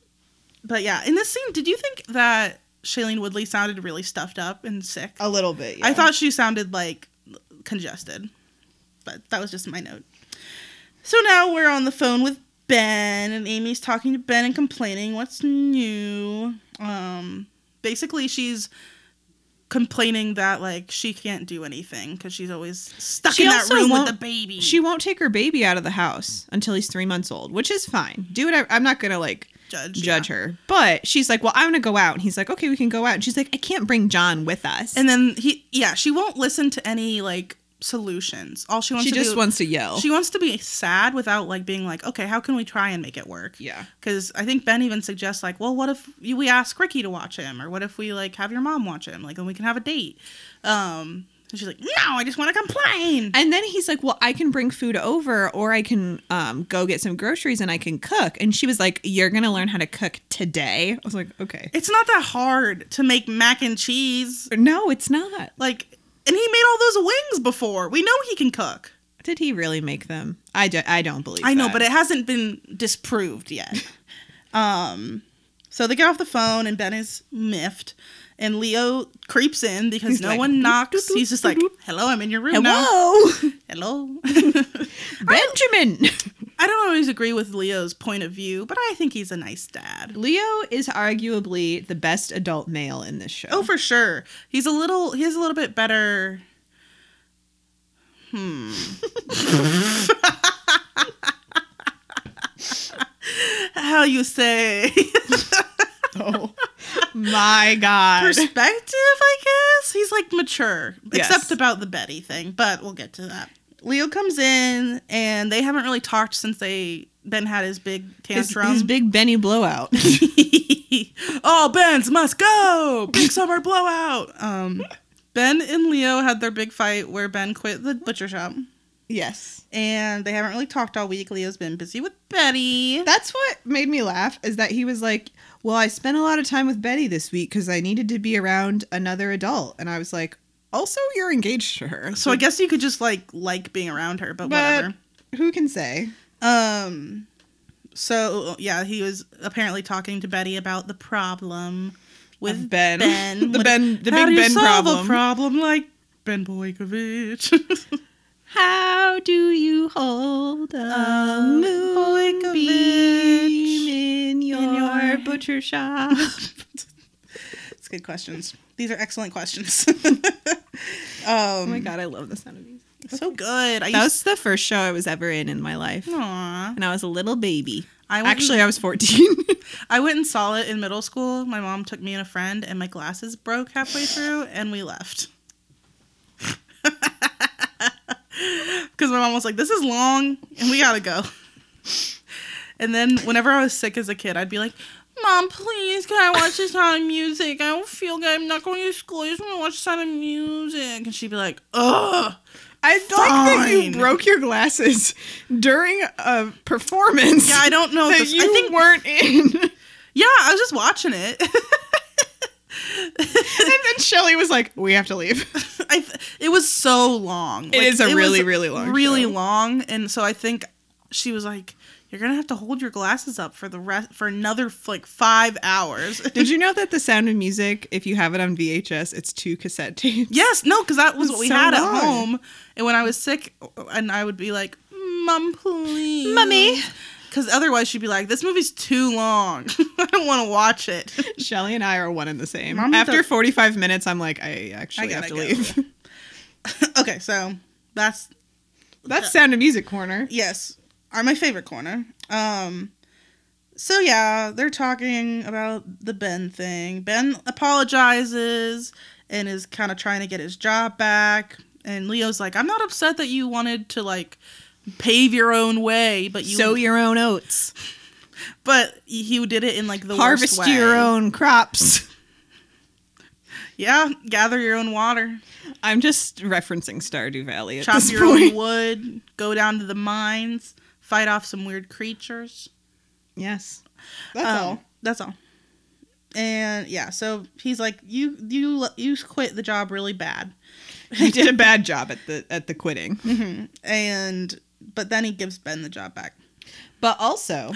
[SPEAKER 2] but yeah, in this scene, did you think that Shailene Woodley sounded really stuffed up and sick?
[SPEAKER 1] a little bit.
[SPEAKER 2] I thought she sounded like congested, but that was just my note. So now we're on the phone with Ben, and Amy's talking to Ben and complaining what's new. Um, basically, she's complaining that like she can't do anything because she's always stuck
[SPEAKER 1] She
[SPEAKER 2] in that
[SPEAKER 1] also
[SPEAKER 2] room with
[SPEAKER 1] won't-
[SPEAKER 2] the baby.
[SPEAKER 1] she won't take her baby out of the house until he's three months old, which is fine. Do whatever. I'm not gonna like
[SPEAKER 2] judge
[SPEAKER 1] judge her, but she's like, "Well, I'm gonna go out," and he's like, "Okay, we can go out," and she's like, "I can't bring John with us."
[SPEAKER 2] And then he, yeah, she won't listen to any like solutions. All she wants
[SPEAKER 1] She
[SPEAKER 2] to
[SPEAKER 1] just
[SPEAKER 2] do
[SPEAKER 1] wants to yell.
[SPEAKER 2] she wants to be sad without like being like, okay, how can we try and make it work?
[SPEAKER 1] yeah.
[SPEAKER 2] Because I think Ben even suggests like, well, what if you- we ask Ricky to watch him, or what if we like have your mom watch him, like, and we can have a date. Um, and she's like, no, I just want to complain.
[SPEAKER 1] And then he's like, "Well, I can bring food over, or I can um, go get some groceries and I can cook." And she was like, "You're gonna learn how to cook today." I was like, "Okay."
[SPEAKER 2] It's not that hard to make mac and cheese.
[SPEAKER 1] No, it's not.
[SPEAKER 2] Like, and he made all those wings before. We know he can cook.
[SPEAKER 1] Did he really make them? I, do, I don't believe.
[SPEAKER 2] I know,
[SPEAKER 1] that.
[SPEAKER 2] but it hasn't been disproved yet. um, so they get off the phone, and Ben is miffed, and Leo creeps in because
[SPEAKER 1] He's
[SPEAKER 2] no
[SPEAKER 1] like,
[SPEAKER 2] one
[SPEAKER 1] "Doop,
[SPEAKER 2] knocks.
[SPEAKER 1] doop,
[SPEAKER 2] He's just like,
[SPEAKER 1] doop."
[SPEAKER 2] "Hello, I'm in your room now."
[SPEAKER 1] hello,
[SPEAKER 2] Hello.
[SPEAKER 1] Benjamin.
[SPEAKER 2] I don't always agree with Leo's point of view, but I think he's a nice dad.
[SPEAKER 1] Leo is arguably the best adult male in this show.
[SPEAKER 2] Oh, for sure. He's a little. He's a little bit better. Hmm. How you say?
[SPEAKER 1] Oh, my god.
[SPEAKER 2] perspective, I guess. He's like mature,
[SPEAKER 1] Yes.
[SPEAKER 2] except about the Betty thing, but we'll get to that. Leo comes in and they haven't really talked since they Ben had his big
[SPEAKER 1] his,
[SPEAKER 2] tantrum.
[SPEAKER 1] his big Benny blowout.
[SPEAKER 2] All Bens must go. Big summer blowout. Um, ben and Leo had their big fight where Ben quit the butcher shop,
[SPEAKER 1] yes.
[SPEAKER 2] and they haven't really talked all week. Leo's been busy with Betty.
[SPEAKER 1] That's what made me laugh is that he was like, Well, I spent a lot of time with Betty this week because I needed to be around another adult. And I was like, Also, you're engaged to her.
[SPEAKER 2] So I guess you could just like like being around her, but
[SPEAKER 1] But-
[SPEAKER 2] whatever.
[SPEAKER 1] who can say?
[SPEAKER 2] Um so yeah, he was apparently talking to Betty about the problem with
[SPEAKER 1] Of Ben. The
[SPEAKER 2] What-
[SPEAKER 1] Ben- the
[SPEAKER 2] how
[SPEAKER 1] big
[SPEAKER 2] do you
[SPEAKER 1] Ben
[SPEAKER 2] solve
[SPEAKER 1] problem.
[SPEAKER 2] A problem like Ben Boykovich.
[SPEAKER 1] How do you hold
[SPEAKER 2] A
[SPEAKER 1] moonbeam in
[SPEAKER 2] your-
[SPEAKER 1] butcher shop?
[SPEAKER 2] it's good questions. These are excellent questions. um
[SPEAKER 1] oh my god, I love the sound of these.
[SPEAKER 2] so good. I used
[SPEAKER 1] That was the first show I was ever in in my life.
[SPEAKER 2] Aw.
[SPEAKER 1] And I was a little baby.
[SPEAKER 2] I went
[SPEAKER 1] Actually, Oh. I was 14.
[SPEAKER 2] I went and saw it in middle school. My mom took me and a friend, and my glasses broke halfway through, and we left. Because my mom was like, "This is long, and we gotta go." And then whenever I was sick as a kid, I'd be like, "Mom, please, can I watch The Sound of Music? I don't feel good. I'm not going to school. I just want to watch The Sound of Music." And she'd be like, "Ugh."
[SPEAKER 1] I like that you
[SPEAKER 2] Fine.
[SPEAKER 1] broke your glasses during a performance
[SPEAKER 2] Yeah, I don't know. if
[SPEAKER 1] that
[SPEAKER 2] this-
[SPEAKER 1] you
[SPEAKER 2] I think.
[SPEAKER 1] weren't in. and
[SPEAKER 2] Yeah, I was just watching it.
[SPEAKER 1] then Shelly was like, "We have to leave."
[SPEAKER 2] I th- it was so long. It
[SPEAKER 1] is a
[SPEAKER 2] was
[SPEAKER 1] really, really long
[SPEAKER 2] really
[SPEAKER 1] show.
[SPEAKER 2] long. And so I think she was like, "You're gonna have to hold your glasses up for the rest for another like five hours."
[SPEAKER 1] Did you know that The Sound of Music, if you have it on VHS, it's two cassette tapes?
[SPEAKER 2] yes, no, because that was
[SPEAKER 1] It's
[SPEAKER 2] what we
[SPEAKER 1] so
[SPEAKER 2] had
[SPEAKER 1] long.
[SPEAKER 2] at home. And when I was sick, and I would be like, "Mom, please,
[SPEAKER 1] Mummy.
[SPEAKER 2] Because otherwise, she'd be like, "This movie's too long. I don't want to watch it."
[SPEAKER 1] Shelly and I are one and the same.
[SPEAKER 2] Mommy
[SPEAKER 1] After
[SPEAKER 2] does-
[SPEAKER 1] 45 minutes, I'm like, I actually
[SPEAKER 2] gotta
[SPEAKER 1] have to
[SPEAKER 2] go.
[SPEAKER 1] leave.
[SPEAKER 2] okay, so that's
[SPEAKER 1] That's Sound of Music corner.
[SPEAKER 2] yes are my favorite corner um so yeah they're talking about the ben thing ben apologizes and is kind of trying to get his job back and leo's like i'm not upset that you wanted to like pave your own way but you
[SPEAKER 1] Sow your own oats.
[SPEAKER 2] but you did it in like the
[SPEAKER 1] Harvest
[SPEAKER 2] worst way.
[SPEAKER 1] your own crops.
[SPEAKER 2] yeah gather your own water
[SPEAKER 1] I'm just referencing Stardew Valley at
[SPEAKER 2] chop
[SPEAKER 1] this
[SPEAKER 2] your
[SPEAKER 1] point.
[SPEAKER 2] own wood go down to the mines fight off some weird creatures
[SPEAKER 1] Yes. That's
[SPEAKER 2] Um,
[SPEAKER 1] all.
[SPEAKER 2] That's all. And yeah, so he's like, you you you quit the job really bad,
[SPEAKER 1] He did a bad job at the at the quitting.
[SPEAKER 2] and but then he gives Ben the job back.
[SPEAKER 1] But also,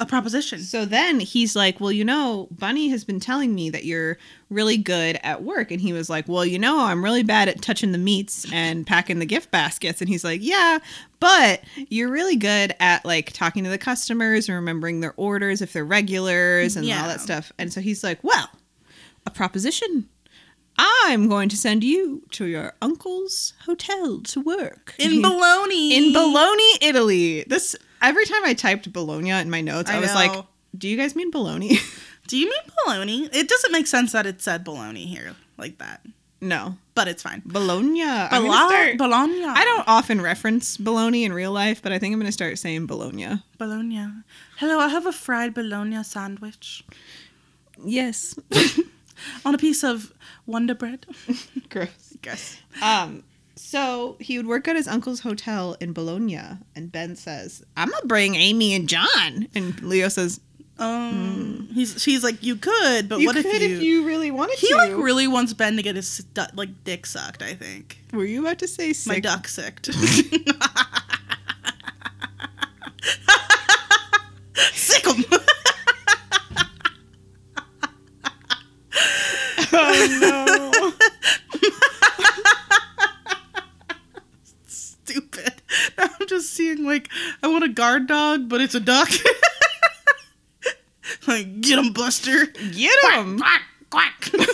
[SPEAKER 2] A proposition.
[SPEAKER 1] so then he's like, Well, you know, Bunny has been telling me that you're really good at work. And he was like, Well, you know, I'm really bad at touching the meats and packing the gift baskets. And he's like, Yeah, but you're really good at like talking to the customers and remembering their orders if they're regulars and
[SPEAKER 2] Yeah.
[SPEAKER 1] all that stuff. And so he's like, Well, a proposition. I'm going to send you to your uncle's hotel to work. And
[SPEAKER 2] in
[SPEAKER 1] he-
[SPEAKER 2] Bologna.
[SPEAKER 1] in Bologna, Italy. This every time I typed Bologna in my notes, I,
[SPEAKER 2] I
[SPEAKER 1] was
[SPEAKER 2] know.
[SPEAKER 1] like, "Do you guys mean Bologna?"
[SPEAKER 2] Do you mean Bologna? It doesn't make sense that it said Bologna here like that.
[SPEAKER 1] No,
[SPEAKER 2] but it's fine.
[SPEAKER 1] Bologna. I'm gonna
[SPEAKER 2] Bologna.
[SPEAKER 1] start-
[SPEAKER 2] Bologna.
[SPEAKER 1] I don't often reference bologna in real life, but I think I'm going to start saying bologna.
[SPEAKER 2] Bologna. Hello, I have a fried bologna sandwich
[SPEAKER 1] Yes.
[SPEAKER 2] on a piece of Wonder Bread.
[SPEAKER 1] Gross.
[SPEAKER 2] Guess.
[SPEAKER 1] Um, so he would work at his uncle's hotel in Bologna, and Ben says, "I'm gonna bring Amy and John." And Leo says,
[SPEAKER 2] Um, he's she's like you could, but
[SPEAKER 1] Mm. "You
[SPEAKER 2] what
[SPEAKER 1] could
[SPEAKER 2] if you?
[SPEAKER 1] really wanted
[SPEAKER 2] he
[SPEAKER 1] to."
[SPEAKER 2] like really wants Ben to get his du- like dick sucked. I think
[SPEAKER 1] Were you about to say
[SPEAKER 2] my
[SPEAKER 1] sick?
[SPEAKER 2] duck sucked. Sick 'em.
[SPEAKER 1] oh no!
[SPEAKER 2] Stupid. Now I'm just seeing like I want a guard dog, but it's a duck. like get him, Buster.
[SPEAKER 1] Get him!
[SPEAKER 2] Quack quack.
[SPEAKER 1] my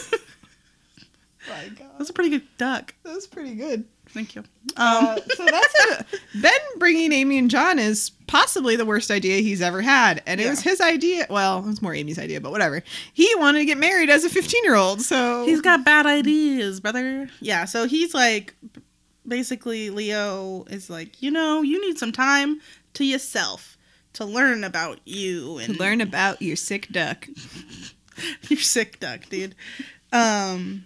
[SPEAKER 1] God,
[SPEAKER 2] That's a pretty good duck.
[SPEAKER 1] that was pretty good.
[SPEAKER 2] Thank you. Um,
[SPEAKER 1] Uh, so that's it. Ben bringing Amy and John is possibly the worst idea he's ever had, and it
[SPEAKER 2] Yeah.
[SPEAKER 1] was his idea. Well, it was more Amy's idea, but whatever. He wanted to get married as a 15 year old, so
[SPEAKER 2] He's got bad ideas, brother. Yeah, so he's like, basically, Leo is like, you know, you need some time to yourself to learn about you and
[SPEAKER 1] learn about your sick duck.
[SPEAKER 2] your sick duck, dude. Um,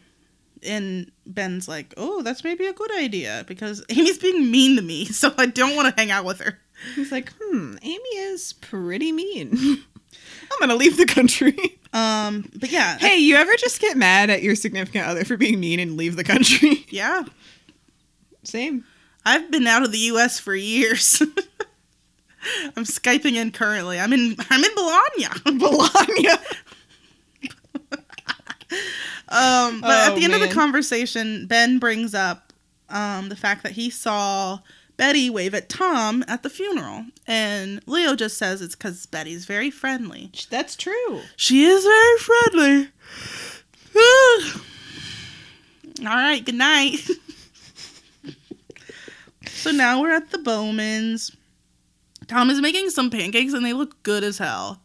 [SPEAKER 2] and Ben's like, oh, that's maybe a good idea because Amy's being mean to me, so I don't want to hang out with her.
[SPEAKER 1] He's like, hmm, Amy is pretty mean. I'm gonna leave the country.
[SPEAKER 2] Um, but yeah,
[SPEAKER 1] hey, you ever just get mad at your significant other for being mean and leave the country?
[SPEAKER 2] yeah,
[SPEAKER 1] Same.
[SPEAKER 2] I've been out of the U.S. for years. I'm skyping in currently. I'm in. I'm in Bologna.
[SPEAKER 1] Bologna.
[SPEAKER 2] Um, but at
[SPEAKER 1] Oh,
[SPEAKER 2] the end of
[SPEAKER 1] man.
[SPEAKER 2] the conversation, Ben brings up um, the fact that he saw Betty wave at Tom at the funeral, and Leo just says it's because Betty's very friendly.
[SPEAKER 1] That's true.
[SPEAKER 2] She is very friendly. All right, good night. so now we're at the Bowmans. Tom is making some pancakes, and they look good as hell.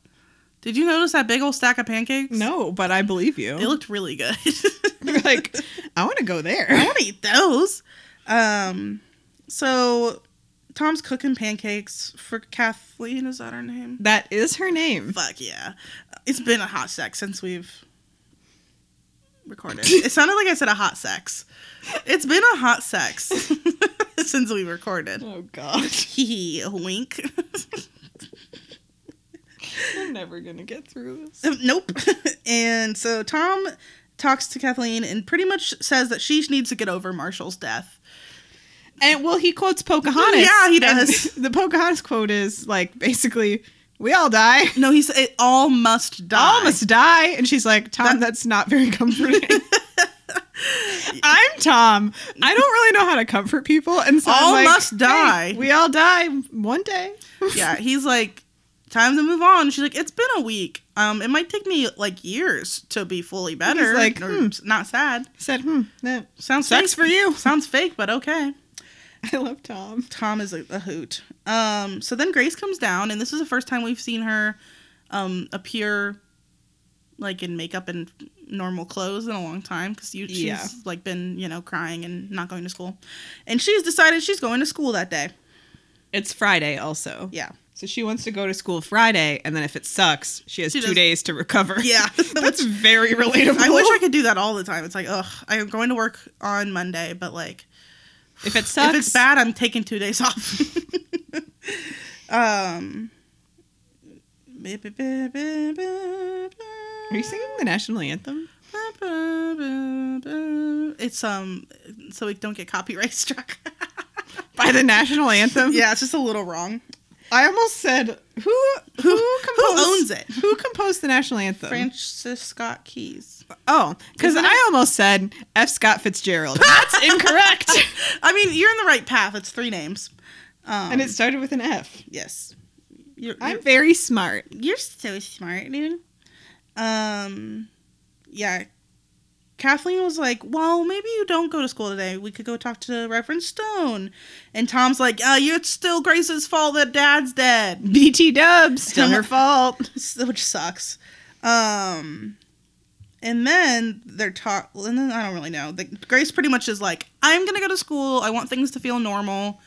[SPEAKER 2] Did you notice that big old stack of pancakes?
[SPEAKER 1] No, but I believe
[SPEAKER 2] They
[SPEAKER 1] you.
[SPEAKER 2] looked really good.
[SPEAKER 1] You're like, I wanna go
[SPEAKER 2] I
[SPEAKER 1] there.
[SPEAKER 2] want to eat those. Um, so Tom's cooking pancakes for Kathleen. Is that her name?
[SPEAKER 1] That is her name.
[SPEAKER 2] Fuck yeah! It's been a hot sex since we've recorded. it sounded like I said a hot sex. It's been a hot sex since we recorded.
[SPEAKER 1] Oh god.
[SPEAKER 2] Hee hee, wink.
[SPEAKER 1] We're never gonna get through this.
[SPEAKER 2] nope. and so Tom talks to Kathleen and pretty much says that she needs to get over Marshall's death.
[SPEAKER 1] And well he quotes Pocahontas.
[SPEAKER 2] Yeah, he
[SPEAKER 1] And
[SPEAKER 2] does.
[SPEAKER 1] The Pocahontas quote is like basically, we all die.
[SPEAKER 2] No, he said it all must die.
[SPEAKER 1] All must die. And she's like, Tom, that's not very comforting. I'm Tom. I don't really know how to comfort people. And so I'm
[SPEAKER 2] All
[SPEAKER 1] like,
[SPEAKER 2] must
[SPEAKER 1] "Hey,
[SPEAKER 2] die."
[SPEAKER 1] we all die one day.
[SPEAKER 2] yeah, he's like, time to move on. She's like, it's been a week. Um, it might take me like years to be fully better.
[SPEAKER 1] He's like,
[SPEAKER 2] or
[SPEAKER 1] hmm.
[SPEAKER 2] s- not sad.
[SPEAKER 1] He said, hmm, that
[SPEAKER 2] Sounds
[SPEAKER 1] sucks
[SPEAKER 2] fake.
[SPEAKER 1] for you.
[SPEAKER 2] Sounds fake, but okay.
[SPEAKER 1] I love Tom.
[SPEAKER 2] Tom is a, a hoot. Um, so then Grace comes down, and this is the first time we've seen her um appear like in makeup and normal clothes in a long time because she's
[SPEAKER 1] Yeah.
[SPEAKER 2] like been you know crying and not going to school, and she's decided she's going to school that day.
[SPEAKER 1] It's Friday also.
[SPEAKER 2] Yeah.
[SPEAKER 1] So she wants to go to school Friday. And then if it sucks, she has
[SPEAKER 2] She
[SPEAKER 1] two
[SPEAKER 2] does-
[SPEAKER 1] days to recover.
[SPEAKER 2] Yeah.
[SPEAKER 1] That's very relatable.
[SPEAKER 2] I wish I could do that all the time. It's like, ugh, I'm going to work on Monday, but like,
[SPEAKER 1] If it sucks,
[SPEAKER 2] if it's bad, I'm taking two days off. um. Are
[SPEAKER 1] Are you singing the national anthem?
[SPEAKER 2] It's um, so we don't get copyright struck.
[SPEAKER 1] By the national anthem?
[SPEAKER 2] yeah, it's just a little wrong.
[SPEAKER 1] I almost said, who who composed,
[SPEAKER 2] Who owns it?
[SPEAKER 1] Who composed the national anthem?
[SPEAKER 2] Francis Scott Keys.
[SPEAKER 1] Oh, because
[SPEAKER 2] Isn't it-
[SPEAKER 1] I almost said F. Scott Fitzgerald. That's incorrect.
[SPEAKER 2] I mean, you're in the right path. It's three names. Um,
[SPEAKER 1] and it started with an F.
[SPEAKER 2] yes. You're,
[SPEAKER 1] I'm very smart.
[SPEAKER 2] You're so smart, dude. Um, yeah. Kathleen was like, "Well, maybe you don't go to school today. We could go talk to Reverend Stone." And Tom's like, "Uh, you it's still Grace's fault that Dad's dead,"
[SPEAKER 1] BT Dubs, still her fault.
[SPEAKER 2] So- which sucks. Um, And then they're taught, and then I don't really know. The, Grace pretty much is like, I'm going to go to school. I want things to feel normal.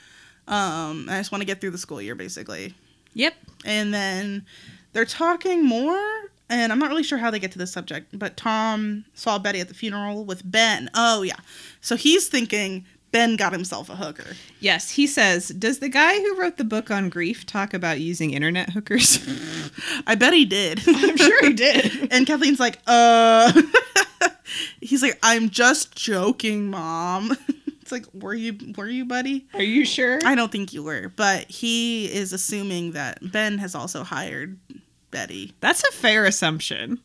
[SPEAKER 2] Um, I just want to get through the school year, basically.
[SPEAKER 1] Yep.
[SPEAKER 2] And then they're talking more, and I'm not really sure how they get to this subject, but Tom saw Betty at the funeral with Ben. Oh, yeah. So he's thinking Ben got himself a hooker.
[SPEAKER 1] Yes, he says, Does the guy who wrote the book on grief talk about using internet hookers?
[SPEAKER 2] I bet he did.
[SPEAKER 1] I'm sure he did.
[SPEAKER 2] And Kathleen's like, uh. He's like, I'm just joking, mom. It's like, were you, were you, buddy?
[SPEAKER 1] Are you sure?
[SPEAKER 2] I don't think you were, but he is assuming that Ben has also hired Betty.
[SPEAKER 1] That's a fair assumption.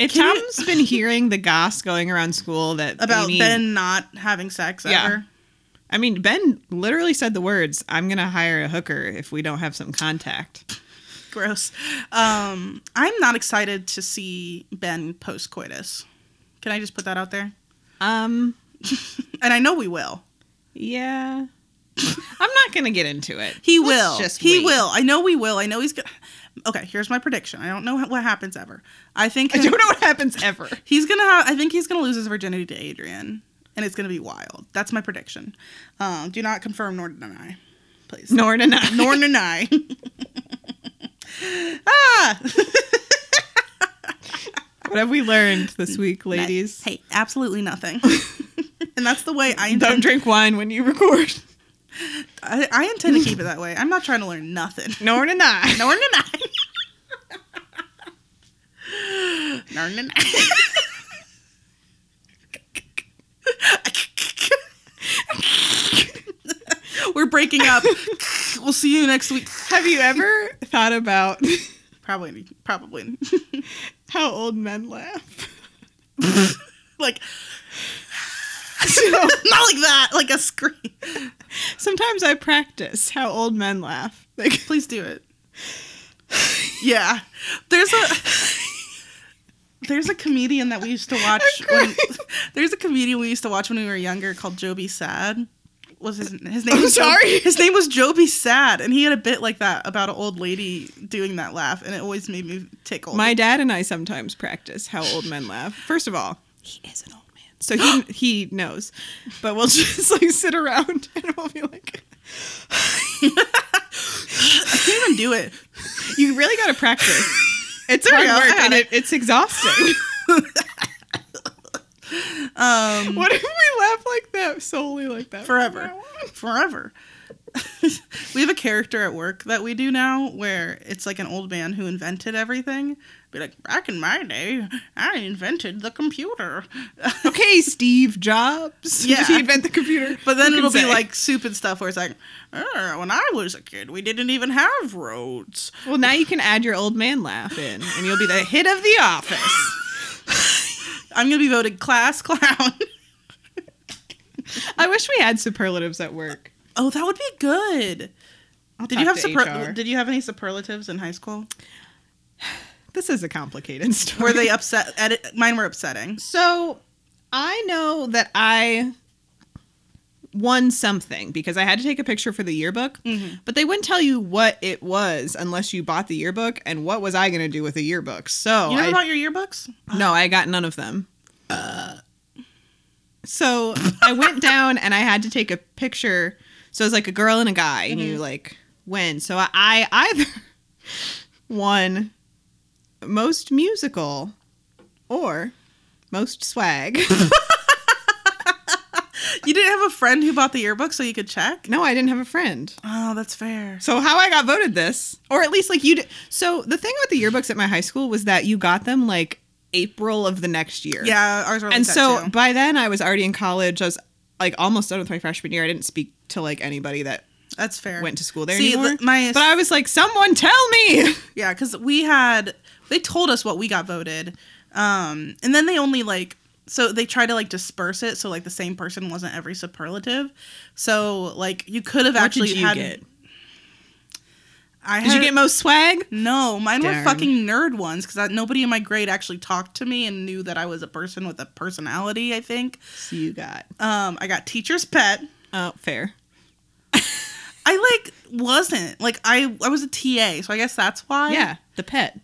[SPEAKER 1] If
[SPEAKER 2] Can you-
[SPEAKER 1] Tom's been hearing the goss going around school that
[SPEAKER 2] About
[SPEAKER 1] Amy-
[SPEAKER 2] Ben not having sex
[SPEAKER 1] Yeah.
[SPEAKER 2] ever.
[SPEAKER 1] I mean, Ben literally said the words, I'm going to hire a hooker if we don't have some contact.
[SPEAKER 2] Gross. Um, I'm not excited to see Ben post coitus. Can I just put that out there?
[SPEAKER 1] Um,
[SPEAKER 2] And I know we will.
[SPEAKER 1] yeah. I'm not going to get into it.
[SPEAKER 2] He
[SPEAKER 1] Let's
[SPEAKER 2] will.
[SPEAKER 1] just
[SPEAKER 2] he
[SPEAKER 1] wait.
[SPEAKER 2] will. I know we will. I know he's gonna. Okay, here's my prediction. I don't know what happens ever. I think
[SPEAKER 1] I don't know what happens ever.
[SPEAKER 2] he's gonna have. I think he's gonna lose his virginity to Adrian, and it's gonna be wild. That's my prediction. Um, do not confirm nor deny, please.
[SPEAKER 1] Nor and I.
[SPEAKER 2] nor deny. ah,
[SPEAKER 1] What have we learned this week, ladies?
[SPEAKER 2] Hey, absolutely nothing. and that's the way I
[SPEAKER 1] Don't
[SPEAKER 2] intend.
[SPEAKER 1] drink wine when you record.
[SPEAKER 2] I, I intend to keep it that way. I'm not trying to learn nothing.
[SPEAKER 1] Nor and I.
[SPEAKER 2] Nor deny. nor deny. We're breaking up. we'll see you next week.
[SPEAKER 1] Have you ever thought about
[SPEAKER 2] Probably, probably.
[SPEAKER 1] how old men laugh?
[SPEAKER 2] like
[SPEAKER 1] So,
[SPEAKER 2] not like that. Like a scream.
[SPEAKER 1] sometimes I practice how old men laugh. Like,
[SPEAKER 2] Please do it. Yeah, there's a there's a comedian that we used to watch. When, there's a comedian we used to watch when we were younger called Joby Sad. Was his his name?
[SPEAKER 1] I'm
[SPEAKER 2] was Job-
[SPEAKER 1] sorry.
[SPEAKER 2] his name was Joby Sad, and he had a bit like that about an old lady doing that laugh, and it always made me tickle.
[SPEAKER 1] my dad and I sometimes practice how old men laugh. First of all,
[SPEAKER 2] he is an old man.
[SPEAKER 1] so he he knows, but we'll just like sit around and we'll be like,
[SPEAKER 2] I can't even do it.
[SPEAKER 1] you really got to practice. It's
[SPEAKER 2] There we
[SPEAKER 1] hard
[SPEAKER 2] go. I
[SPEAKER 1] work
[SPEAKER 2] got
[SPEAKER 1] and
[SPEAKER 2] it.
[SPEAKER 1] it, it's exhausting.
[SPEAKER 2] Um,
[SPEAKER 1] what if we laugh like that solely like that from
[SPEAKER 2] Forever.
[SPEAKER 1] now on?
[SPEAKER 2] forever. we have a character at work that we do now where it's like an old man who invented everything. Be like, back in my day, I invented the computer.
[SPEAKER 1] Okay, Steve Jobs.
[SPEAKER 2] Yeah.
[SPEAKER 1] Did he invent the computer?
[SPEAKER 2] But then
[SPEAKER 1] Who can
[SPEAKER 2] it'll be
[SPEAKER 1] say?
[SPEAKER 2] like soup and stuff where it's like, "Er, when I was a kid, we didn't even have roads.
[SPEAKER 1] Well, now you can add your old man laugh in, and you'll be the hit of the office.
[SPEAKER 2] I'm going to be voted class clown.
[SPEAKER 1] I wish we had superlatives at work.
[SPEAKER 2] oh, that would be good.
[SPEAKER 1] I'll
[SPEAKER 2] Did you have
[SPEAKER 1] talk to
[SPEAKER 2] super-
[SPEAKER 1] HR.
[SPEAKER 2] did you have any superlatives in high school?
[SPEAKER 1] this is a complicated story.
[SPEAKER 2] Were they upset? edit- Mine were upsetting.
[SPEAKER 1] uh, So I know that I won something because I had to take a picture for the yearbook,
[SPEAKER 2] Mhm.
[SPEAKER 1] but they wouldn't tell you what it was unless you bought the yearbook. And what was I going to do with a yearbook? So
[SPEAKER 2] you never
[SPEAKER 1] I,
[SPEAKER 2] bought your yearbooks?
[SPEAKER 1] No, I got none of them. Uh, So I went down and I had to take a picture. So it was like a girl and a guy, and you like win. So I, I either won most musical or most swag.
[SPEAKER 2] You didn't have a friend who bought the yearbook so you could check?
[SPEAKER 1] no, I didn't have a friend.
[SPEAKER 2] Oh, that's fair.
[SPEAKER 1] So how I got voted this, or at least like you. Did, so the thing about the yearbooks at my high school was that you got them like April of the next year.
[SPEAKER 2] Yeah, ours were like
[SPEAKER 1] and
[SPEAKER 2] that
[SPEAKER 1] so
[SPEAKER 2] too.
[SPEAKER 1] by then I was already in college. I was like almost done with my freshman year. I didn't speak to like anybody that
[SPEAKER 2] that's fair.
[SPEAKER 1] went to school there
[SPEAKER 2] See,
[SPEAKER 1] anymore.
[SPEAKER 2] th- my
[SPEAKER 1] but I was like, someone tell me.
[SPEAKER 2] yeah, because we had they told us what we got voted, um, and then they only like so they try to like disperse it so like the same person wasn't every superlative. So like you could have actually
[SPEAKER 1] what did you
[SPEAKER 2] had.
[SPEAKER 1] get?
[SPEAKER 2] I
[SPEAKER 1] Did you
[SPEAKER 2] had-
[SPEAKER 1] get most swag?
[SPEAKER 2] No, mine
[SPEAKER 1] Darn.
[SPEAKER 2] were fucking nerd ones because nobody in my grade actually talked to me and knew that I was a person with a personality. I think
[SPEAKER 1] So you got.
[SPEAKER 2] um, I got teacher's pet.
[SPEAKER 1] Oh, fair.
[SPEAKER 2] I like wasn't like I I was a TA, so I guess that's why.
[SPEAKER 1] Yeah, the pet.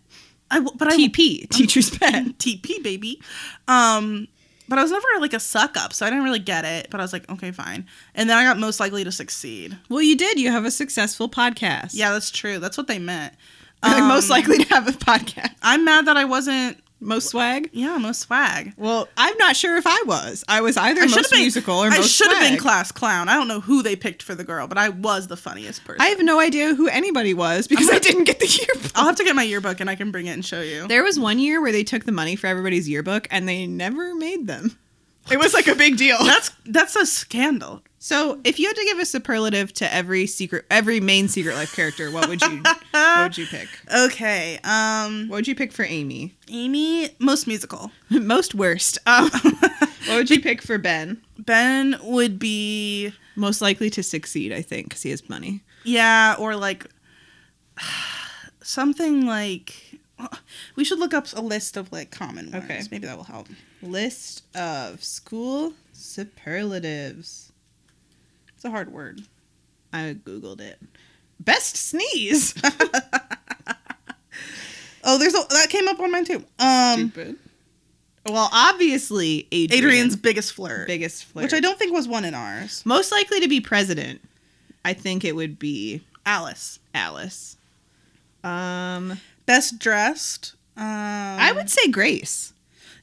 [SPEAKER 2] I w- but I
[SPEAKER 1] TP, teacher's pet.
[SPEAKER 2] TP baby. Um, but I was never like a suck up, so I didn't really get it. But I was like, okay, fine. And then I got most likely to succeed.
[SPEAKER 1] Well, you did. You have a successful podcast.
[SPEAKER 2] Yeah, that's true. That's what they meant.
[SPEAKER 1] You're
[SPEAKER 2] Um,
[SPEAKER 1] most likely to have a podcast.
[SPEAKER 2] I'm mad that I wasn't.
[SPEAKER 1] Most swag.
[SPEAKER 2] Yeah, most swag.
[SPEAKER 1] Well, I'm not sure if I was. I was either
[SPEAKER 2] I should have
[SPEAKER 1] most
[SPEAKER 2] been
[SPEAKER 1] musical or
[SPEAKER 2] I
[SPEAKER 1] most
[SPEAKER 2] should have been
[SPEAKER 1] swag.
[SPEAKER 2] class clown. I don't know who they picked for the girl, but I was the funniest person.
[SPEAKER 1] I have no idea who anybody was because I didn't get the yearbook.
[SPEAKER 2] I'll have to get my yearbook and I can bring it and show you.
[SPEAKER 1] There was one year where they took the money for everybody's yearbook and they never made them. It was like a big deal.
[SPEAKER 2] That's that's a scandal.
[SPEAKER 1] So, if you had to give a superlative to every secret, every main Secret Life character, what would you what would you pick?
[SPEAKER 2] Uh, Okay. Um
[SPEAKER 1] What would you pick for Amy?
[SPEAKER 2] Amy most musical.
[SPEAKER 1] Most worst. Um, what would you pick for Ben?
[SPEAKER 2] Ben would be
[SPEAKER 1] Most likely to succeed, I think, because he has money.
[SPEAKER 2] yeah, or like something like we should look up a list of like common words.
[SPEAKER 1] Okay.
[SPEAKER 2] Maybe that will help.
[SPEAKER 1] List of school superlatives.
[SPEAKER 2] It's a hard word.
[SPEAKER 1] I googled it. Best sneeze.
[SPEAKER 2] Oh, there's a, that came up on mine too. Um
[SPEAKER 1] Stupid. Well, obviously, Adrian,
[SPEAKER 2] Adrian's biggest flirt,
[SPEAKER 1] biggest flirt,
[SPEAKER 2] which I don't think was one in ours.
[SPEAKER 1] most likely to be president. I think it would be
[SPEAKER 2] Alice
[SPEAKER 1] Alice. Um,
[SPEAKER 2] best dressed. Um I
[SPEAKER 1] I would say Grace.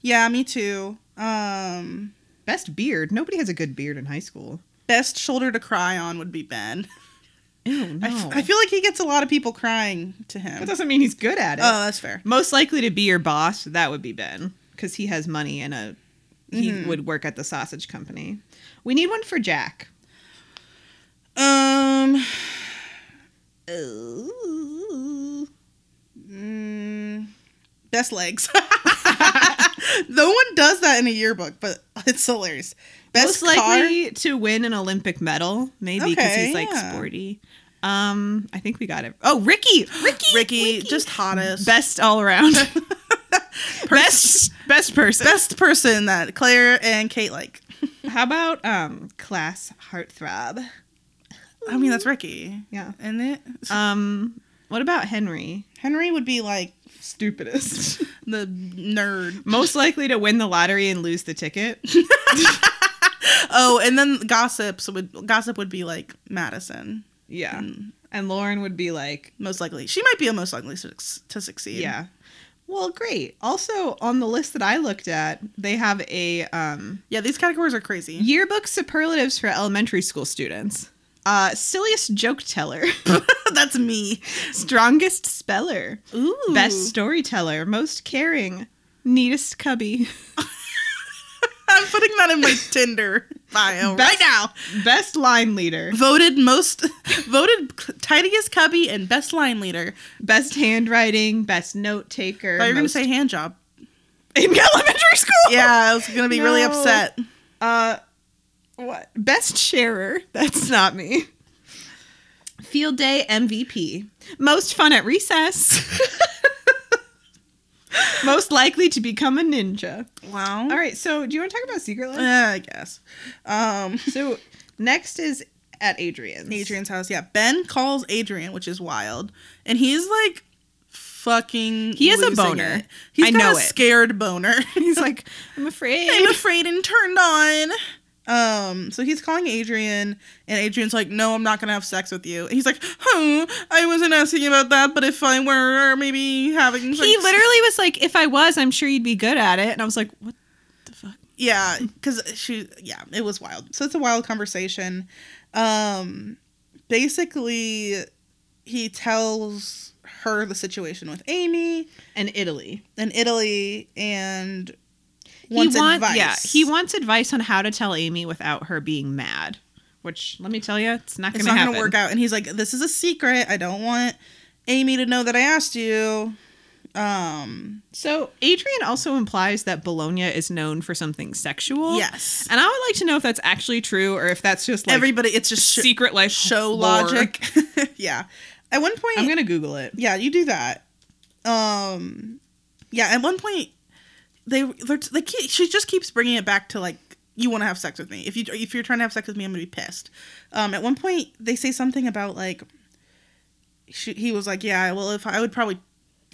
[SPEAKER 2] Yeah, me too. Um
[SPEAKER 1] Best beard. Nobody has a good beard in high school.
[SPEAKER 2] best shoulder to cry on would be Ben.
[SPEAKER 1] Ew, no.
[SPEAKER 2] I, f- I feel like he gets a lot of people crying to him.
[SPEAKER 1] that doesn't mean he's good at it.
[SPEAKER 2] oh, that's fair.
[SPEAKER 1] Most likely to be your boss, that would be Ben, because he has money and a he
[SPEAKER 2] Mhm.
[SPEAKER 1] would work at the sausage company. We need one for Jack.
[SPEAKER 2] Um. ooh, mm, best legs. no one does that in a yearbook, but it's hilarious. Best
[SPEAKER 1] Most
[SPEAKER 2] car.
[SPEAKER 1] likely to win an Olympic medal, maybe because
[SPEAKER 2] Okay,
[SPEAKER 1] he's like
[SPEAKER 2] yeah.
[SPEAKER 1] sporty. Um, I think we got it. Oh, Ricky, Ricky,
[SPEAKER 2] Ricky, just hottest.
[SPEAKER 1] best all around, best best person.
[SPEAKER 2] best person that Claire and Kate like.
[SPEAKER 1] How about um class heartthrob?
[SPEAKER 2] I mean, that's Ricky,
[SPEAKER 1] Yeah.
[SPEAKER 2] isn't it?
[SPEAKER 1] Um, what about Henry?
[SPEAKER 2] Uh, Henry would be like
[SPEAKER 1] Stupidest.
[SPEAKER 2] the nerd.
[SPEAKER 1] Most likely to win the lottery and lose the ticket.
[SPEAKER 2] Oh, and then gossips would gossip would be like Madison.
[SPEAKER 1] Yeah.
[SPEAKER 2] Mm.
[SPEAKER 1] And Lauren would be like,
[SPEAKER 2] Most likely, she might be a most likely to, to succeed.
[SPEAKER 1] yeah. Well, great. Also, on the list that I looked at, they have a um,
[SPEAKER 2] yeah. These categories are crazy.
[SPEAKER 1] yearbook superlatives for elementary school students. Uh, silliest joke teller,
[SPEAKER 2] That's me.
[SPEAKER 1] strongest speller,
[SPEAKER 2] Ooh.
[SPEAKER 1] best storyteller, most caring, neatest cubby,
[SPEAKER 2] I'm putting that in my Tinder bio right
[SPEAKER 1] Best-
[SPEAKER 2] now.
[SPEAKER 1] best line leader,
[SPEAKER 2] Voted most, voted tidiest cubby and best line leader.
[SPEAKER 1] best handwriting, best note taker.
[SPEAKER 2] But you're gonna
[SPEAKER 1] most-
[SPEAKER 2] say hand job.
[SPEAKER 1] in elementary school.
[SPEAKER 2] Yeah, I was gonna be really
[SPEAKER 1] No.
[SPEAKER 2] upset.
[SPEAKER 1] Uh, what? Best sharer. That's not me. Field day MVP. Most fun at recess. Most likely to become a ninja.
[SPEAKER 2] Wow.
[SPEAKER 1] All right. So, do you want to talk about Secret Life?
[SPEAKER 2] Yeah, eh, I guess. Um,
[SPEAKER 1] So, next is at Adrian's.
[SPEAKER 2] Adrian's house. Yeah, Ben calls Adrian, which is wild, and he's like fucking.
[SPEAKER 1] He has a
[SPEAKER 2] losing
[SPEAKER 1] boner.
[SPEAKER 2] it. He's
[SPEAKER 1] I
[SPEAKER 2] got
[SPEAKER 1] know
[SPEAKER 2] a
[SPEAKER 1] it.
[SPEAKER 2] scared boner.
[SPEAKER 1] He's like, I'm afraid.
[SPEAKER 2] I'm afraid and turned on. Um, so he's calling Adrian, and Adrian's like, "No, I'm not gonna have sex with you." And he's like, "Huh? I wasn't asking about that, but if I were, maybe having." Sex.
[SPEAKER 1] he literally was like, if I was, I'm sure you'd be good at it. And I was like, what the fuck?
[SPEAKER 2] yeah, because she, yeah, it was wild. So it's a wild conversation. Um, basically, he tells her the situation with Amy
[SPEAKER 1] And Italy.
[SPEAKER 2] and Italy, and
[SPEAKER 1] he
[SPEAKER 2] wants
[SPEAKER 1] wants
[SPEAKER 2] advice.
[SPEAKER 1] yeah he wants advice on how to tell amy without her being mad which let me tell you it's not gonna
[SPEAKER 2] it's not
[SPEAKER 1] happen
[SPEAKER 2] gonna work out and he's like this is a secret i don't want amy to know that i asked you um
[SPEAKER 1] so adrian also implies that bologna is known for something sexual
[SPEAKER 2] yes
[SPEAKER 1] and i would like to know if that's actually true or if that's just like
[SPEAKER 2] everybody it's just sh-
[SPEAKER 1] secret life
[SPEAKER 2] show
[SPEAKER 1] lore.
[SPEAKER 2] logic yeah at one point
[SPEAKER 1] i'm gonna google it
[SPEAKER 2] yeah you do that um yeah at one point they they're, they keep, she just keeps bringing it back to like you want to have sex with me if you if you're trying to have sex with me i'm gonna be pissed um at one point they say something about like she, he was like yeah well if i would probably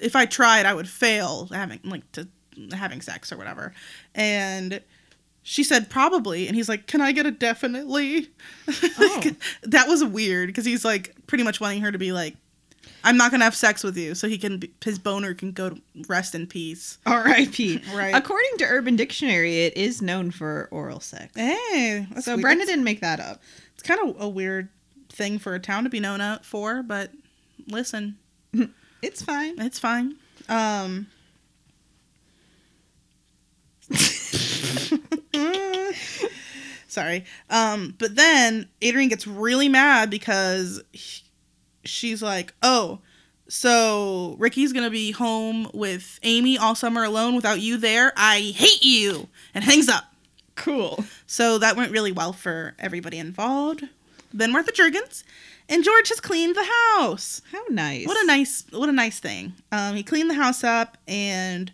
[SPEAKER 2] if I tried, I would fail having like to having sex or whatever. And she said probably, and he's like, "Can I get a definitely?"
[SPEAKER 1] Oh.
[SPEAKER 2] that was weird because he's like pretty much wanting her to be like, "I'm not gonna have sex with you," so he can be, his boner can go to rest in peace.
[SPEAKER 1] R.I.P.
[SPEAKER 2] Right.
[SPEAKER 1] According to Urban Dictionary, it is known for oral sex.
[SPEAKER 2] Hey, that's
[SPEAKER 1] so
[SPEAKER 2] weird.
[SPEAKER 1] Brenda didn't make that up.
[SPEAKER 2] It's kind of a weird thing for a town to be known out for, but listen,
[SPEAKER 1] It's fine.
[SPEAKER 2] it's fine. Um, sorry. Um, but then Adrian gets really mad because he- she's like, "Oh, so Ricky's gonna be home with Amy all summer alone without you there. I hate you," and hangs up.
[SPEAKER 1] Cool.
[SPEAKER 2] So that went really well for everybody involved. Then Martha Jurgens and George has cleaned the house.
[SPEAKER 1] How nice.
[SPEAKER 2] What a nice what a nice thing. Um, he cleaned the house up and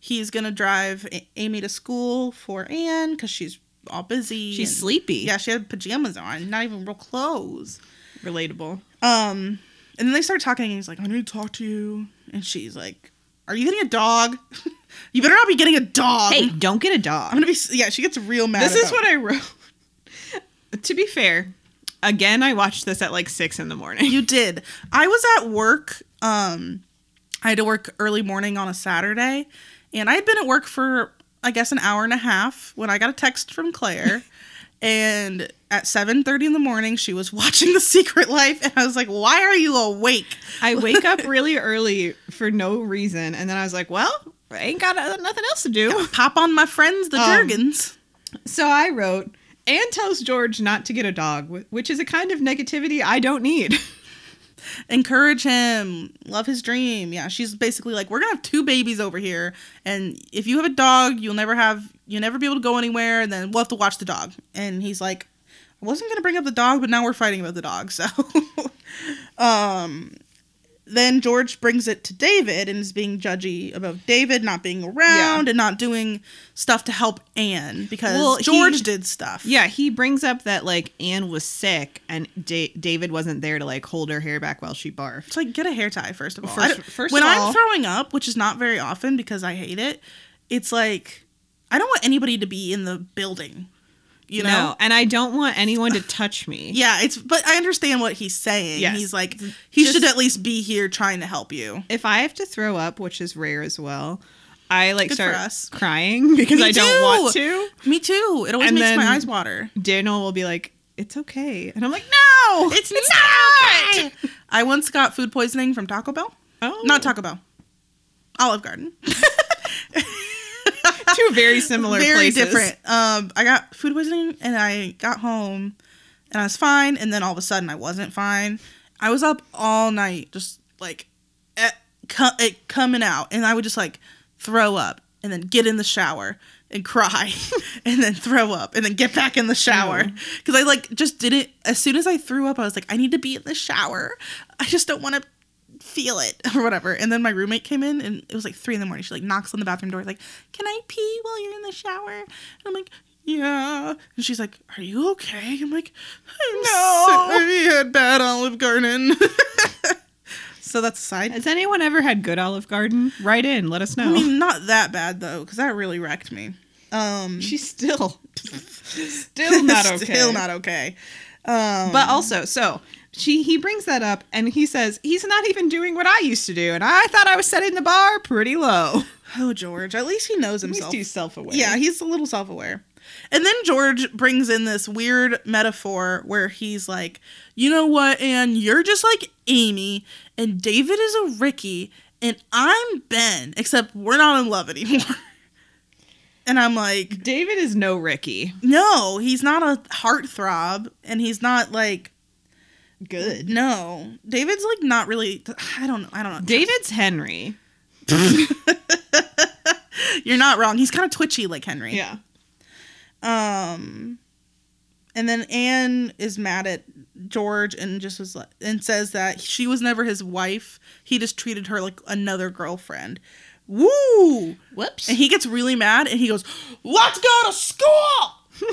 [SPEAKER 2] he's gonna drive A- Amy to school for Anne because she's all busy.
[SPEAKER 1] She's
[SPEAKER 2] and-
[SPEAKER 1] sleepy.
[SPEAKER 2] Yeah, she had pajamas on, not even real clothes.
[SPEAKER 1] Relatable.
[SPEAKER 2] Um, and then they start talking, and he's like, "I need to talk to you," and she's like, "Are you getting a dog? you better not be getting a dog."
[SPEAKER 1] Hey,
[SPEAKER 2] I'm
[SPEAKER 1] don't get a dog.
[SPEAKER 2] gonna be. s- Yeah, she gets real mad.
[SPEAKER 1] this is
[SPEAKER 2] about-
[SPEAKER 1] what I wrote. to be fair, again, I watched this at like six in the morning.
[SPEAKER 2] You did. I was at work. Um, I had to work early morning on a Saturday, and I had been at work for I guess an hour and a half when I got a text from Claire. and at seven thirty in the morning, she was watching The Secret Life, and I was like, "Why are you awake?"
[SPEAKER 1] I wake up really early for no reason, and then I was like, well, I ain't got uh, nothing else to do.
[SPEAKER 2] Pop on my friends, the
[SPEAKER 1] Um,
[SPEAKER 2] Jurgens.
[SPEAKER 1] So I wrote, Anne tells George not to get a dog, wh- which is a kind of negativity I don't need.
[SPEAKER 2] Encourage him. Love his dream. Yeah, she's basically like, we're gonna have two babies over here, and if you have a dog, you'll never have, you'll never be able to go anywhere, and then we'll have to watch the dog. And he's like, I wasn't gonna bring up the dog, but now we're fighting about the dog. So, um, then George brings it to David and is being judgy about David not being around and not doing stuff to help Anne because
[SPEAKER 1] Well, he-
[SPEAKER 2] George did stuff.
[SPEAKER 1] Yeah, he brings up that like Anne was sick and da- David wasn't there to like hold her hair back while she barfed.
[SPEAKER 2] It's like get a hair tie first of all.
[SPEAKER 1] First-
[SPEAKER 2] I don't-
[SPEAKER 1] first
[SPEAKER 2] when
[SPEAKER 1] of
[SPEAKER 2] I'm
[SPEAKER 1] all-
[SPEAKER 2] throwing up, which is not very often because I hate it, it's like I don't want anybody to be in the building. You know?
[SPEAKER 1] No, and I don't want anyone to touch me.
[SPEAKER 2] Yeah, it's but I understand what he's saying.
[SPEAKER 1] Yes.
[SPEAKER 2] He's like he
[SPEAKER 1] Just-
[SPEAKER 2] should at least be here trying to help you.
[SPEAKER 1] If I have to throw up, which is rare as well, I like
[SPEAKER 2] Good for
[SPEAKER 1] start
[SPEAKER 2] us.
[SPEAKER 1] crying because
[SPEAKER 2] Me
[SPEAKER 1] I don't
[SPEAKER 2] too.
[SPEAKER 1] want to.
[SPEAKER 2] Me too. It always
[SPEAKER 1] And
[SPEAKER 2] makes
[SPEAKER 1] then-
[SPEAKER 2] my eyes water.
[SPEAKER 1] Daniel will be like, "It's okay," and I'm like, "No,
[SPEAKER 2] It's,
[SPEAKER 1] not."
[SPEAKER 2] not. I once got food poisoning from Taco Bell.
[SPEAKER 1] Oh,
[SPEAKER 2] Not Taco Bell. Olive Garden.
[SPEAKER 1] two very similar,
[SPEAKER 2] very
[SPEAKER 1] places.
[SPEAKER 2] different. Um, I got food poisoning and I got home and I was fine. And then all of a sudden I wasn't fine. I was up all night, just like it, co- it coming out, and I would just like throw up and then get in the shower and cry and then throw up and then get back in the shower
[SPEAKER 1] Ew.
[SPEAKER 2] because I like just didn't. As soon as I threw up, I was like, I need to be in the shower. I just don't want to feel it or whatever. And then my roommate came in and it was like three in the morning. She like knocks on the bathroom door, like, Can I pee while you're in the shower? And I'm like, Yeah. And she's like, Are you okay? I'm like, I'm
[SPEAKER 1] No.
[SPEAKER 2] so- I had bad Olive Garden. so that's a side.
[SPEAKER 1] Has anyone ever had good Olive Garden? Write in, let us know.
[SPEAKER 2] I mean, not that bad though, because that really wrecked me. Um
[SPEAKER 1] she's still, still not okay.
[SPEAKER 2] Still not okay. Um
[SPEAKER 1] But also, so she he brings that up and he says he's not even doing what I used to do, and I thought I was setting the bar pretty low.
[SPEAKER 2] oh George, at least he knows himself.
[SPEAKER 1] He's too self-aware.
[SPEAKER 2] Yeah, he's a little self aware. And then George brings in this weird metaphor where he's like, you know what, Anne, you're just like Amy, and David is a Ricky, and I'm Ben, except we're not in love anymore. and I'm like,
[SPEAKER 1] David is no Ricky.
[SPEAKER 2] no, he's not a heartthrob, and he's not like,
[SPEAKER 1] Good.
[SPEAKER 2] no. David's like not really, I don't know, I don't know.
[SPEAKER 1] David's Henry.
[SPEAKER 2] You're not wrong. He's kind of twitchy like Henry.
[SPEAKER 1] Yeah.
[SPEAKER 2] Um, and then Anne is mad at George and just was like, and says that she was never his wife. He just treated her like another girlfriend. Woo!
[SPEAKER 1] Whoops.
[SPEAKER 2] And he gets really mad and he goes, "Let's go to school!"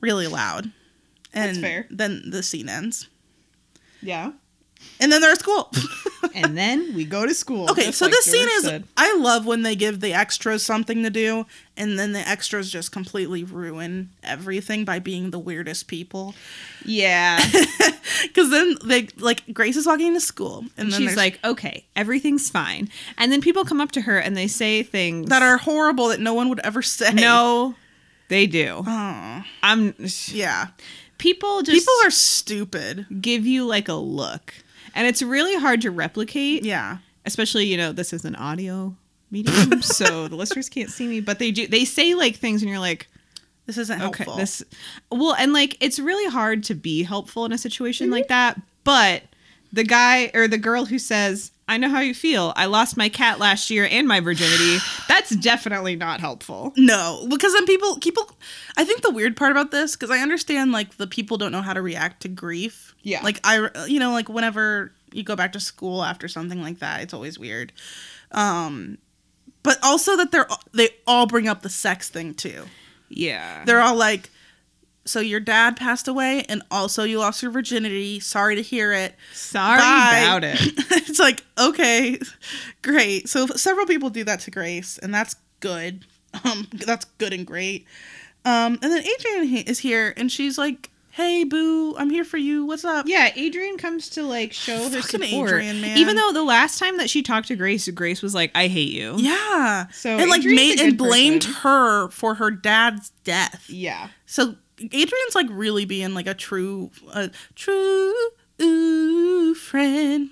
[SPEAKER 2] really loud. And
[SPEAKER 1] That's fair.
[SPEAKER 2] Then the scene ends.
[SPEAKER 1] yeah.
[SPEAKER 2] and then they're at school.
[SPEAKER 1] and then we go to school.
[SPEAKER 2] Okay,
[SPEAKER 1] just
[SPEAKER 2] so
[SPEAKER 1] like
[SPEAKER 2] this scene
[SPEAKER 1] George
[SPEAKER 2] is
[SPEAKER 1] said.
[SPEAKER 2] I love when they give the extras something to do and then the extras just completely ruin everything by being the weirdest people.
[SPEAKER 1] Yeah.
[SPEAKER 2] Cuz then they like Grace is walking to school and,
[SPEAKER 1] And
[SPEAKER 2] then
[SPEAKER 1] she's
[SPEAKER 2] there's-
[SPEAKER 1] like, okay, everything's fine. And then people come up to her and they say things
[SPEAKER 2] that are horrible that no one would ever say.
[SPEAKER 1] no, they do.
[SPEAKER 2] Oh,
[SPEAKER 1] I'm
[SPEAKER 2] yeah.
[SPEAKER 1] people just
[SPEAKER 2] People are stupid.
[SPEAKER 1] give you like a look, and it's really hard to replicate.
[SPEAKER 2] Yeah.
[SPEAKER 1] especially you know this is an audio medium, so the listeners can't see me, but they do. They say like things, and you're like,
[SPEAKER 2] This isn't
[SPEAKER 1] okay,
[SPEAKER 2] helpful.
[SPEAKER 1] this. Well, and like it's really hard to be helpful in a situation
[SPEAKER 2] Mm-hmm.
[SPEAKER 1] like that, but. The guy or the girl who says, I know how you feel. I lost my cat last year and my virginity. That's definitely not helpful.
[SPEAKER 2] No, because then people, people, I think the weird part about this, because I understand like the people don't know how to react to grief.
[SPEAKER 1] Yeah.
[SPEAKER 2] Like I, you know, like whenever you go back to school after something like that, it's always weird. Um, but also that they're they all bring up the sex thing too.
[SPEAKER 1] Yeah.
[SPEAKER 2] They're all like, so your dad passed away, and also you lost your virginity. Sorry to hear it.
[SPEAKER 1] Sorry
[SPEAKER 2] Bye.
[SPEAKER 1] about it.
[SPEAKER 2] it's like okay, great. So several people do that to Grace, and that's good. Um, that's good and great. Um, and then Adrian he- is here, and she's like, "Hey, Boo, I'm here for you. What's up?"
[SPEAKER 1] Yeah, Adrian comes to like show her
[SPEAKER 2] Fucking
[SPEAKER 1] support.
[SPEAKER 2] Adrian, man.
[SPEAKER 1] Even though the last time that she talked to Grace, Grace was like, "I hate you."
[SPEAKER 2] Yeah.
[SPEAKER 1] So
[SPEAKER 2] and like
[SPEAKER 1] Adrian's a
[SPEAKER 2] made
[SPEAKER 1] good
[SPEAKER 2] and blamed
[SPEAKER 1] person.
[SPEAKER 2] her for her dad's death.
[SPEAKER 1] Yeah.
[SPEAKER 2] So Adrian's like really being like a true, a true ooh, friend.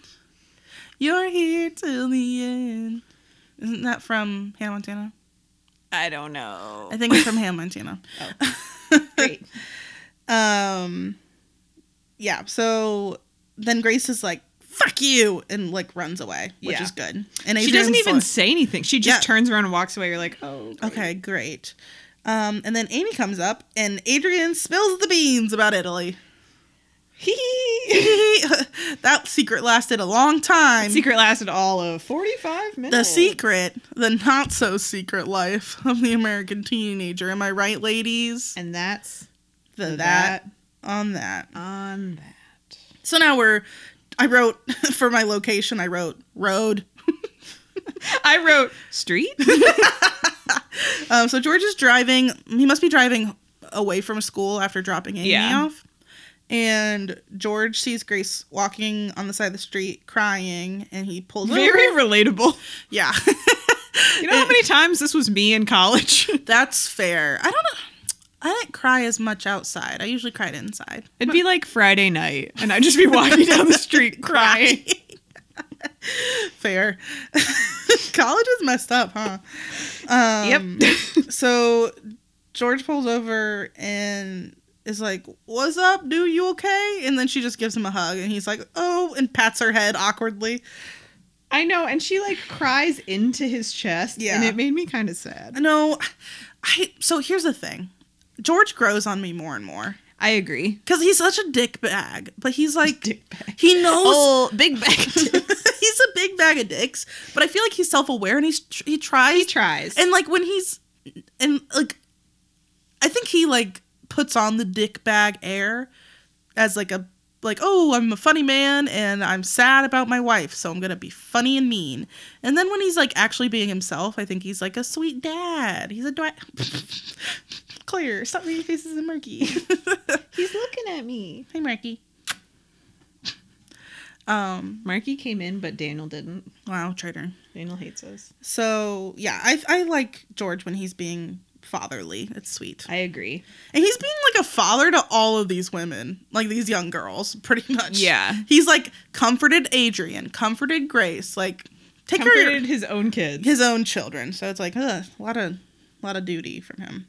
[SPEAKER 2] You're here till the end. Isn't that from Hannah Montana?
[SPEAKER 1] I don't know.
[SPEAKER 2] I think it's from Hannah Montana.
[SPEAKER 1] Great.
[SPEAKER 2] Um, yeah. So then Grace is like, "Fuck you," and like runs away, which
[SPEAKER 1] Yeah.
[SPEAKER 2] is good. And
[SPEAKER 1] she doesn't
[SPEAKER 2] Adrian's
[SPEAKER 1] even
[SPEAKER 2] like,
[SPEAKER 1] say anything. She just
[SPEAKER 2] Yeah.
[SPEAKER 1] turns around and walks away. You're like, "Oh, great."
[SPEAKER 2] okay, great. Um, and then Amy comes up, and Adrian spills the beans about Italy. that secret lasted a long time.
[SPEAKER 1] Secret lasted all of 45 minutes.
[SPEAKER 2] The secret, the not so secret life of the American teenager. Am I right, ladies?
[SPEAKER 1] and that's
[SPEAKER 2] The,
[SPEAKER 1] the
[SPEAKER 2] that on that.
[SPEAKER 1] on that.
[SPEAKER 2] So now we're. I wrote for my location. I wrote road.
[SPEAKER 1] I wrote street.
[SPEAKER 2] Um, so George is driving. He must be driving away from school after dropping Amy
[SPEAKER 1] Yeah.
[SPEAKER 2] off. And George sees Grace walking on the side of the street crying, and he pulls
[SPEAKER 1] Very
[SPEAKER 2] over.
[SPEAKER 1] relatable.
[SPEAKER 2] Yeah,
[SPEAKER 1] You know how many times this was me in college?
[SPEAKER 2] that's fair. I don't know. I didn't cry as much outside. I usually cried inside.
[SPEAKER 1] It'd be like Friday night, and I'd just be walking down the street crying.
[SPEAKER 2] Fair. College is messed up, huh? Um,
[SPEAKER 1] yep.
[SPEAKER 2] so George pulls over and is like, "What's up, dude? You okay?" And then she just gives him a hug, and he's like, "Oh," and pats her head awkwardly.
[SPEAKER 1] I know, and she like cries into his chest,
[SPEAKER 2] Yeah.
[SPEAKER 1] and it made me kind of sad.
[SPEAKER 2] No, I. So here's the thing: George grows on me more and more
[SPEAKER 1] I agree.
[SPEAKER 2] because he's such a dick bag, but he's like,
[SPEAKER 1] Dick Oh. bag.
[SPEAKER 2] he knows.
[SPEAKER 1] big bag.
[SPEAKER 2] he's a big bag of dicks, but I feel like he's self aware and he's tr- he tries
[SPEAKER 1] he tries.
[SPEAKER 2] and like when he's and like i think he like puts on the dick bag air as like a like oh i'm a funny man and i'm sad about my wife so i'm gonna be funny and mean and then when he's like actually being himself i think he's like a sweet dad he's a dad clear stop making faces at murky
[SPEAKER 1] he's looking at me.
[SPEAKER 2] hey murky um
[SPEAKER 1] Marky came in, but Daniel didn't.
[SPEAKER 2] wow traitor
[SPEAKER 1] Daniel hates us.
[SPEAKER 2] so yeah i i like george when he's being fatherly it's sweet
[SPEAKER 1] I agree.
[SPEAKER 2] And he's being like a father to all of these women, like these young girls, pretty much.
[SPEAKER 1] Yeah.
[SPEAKER 2] He's like comforted Adrian, comforted Grace, like take care of
[SPEAKER 1] Comforted
[SPEAKER 2] your-
[SPEAKER 1] his own kids.
[SPEAKER 2] his own children. So it's like ugh, a lot of lot of duty from him.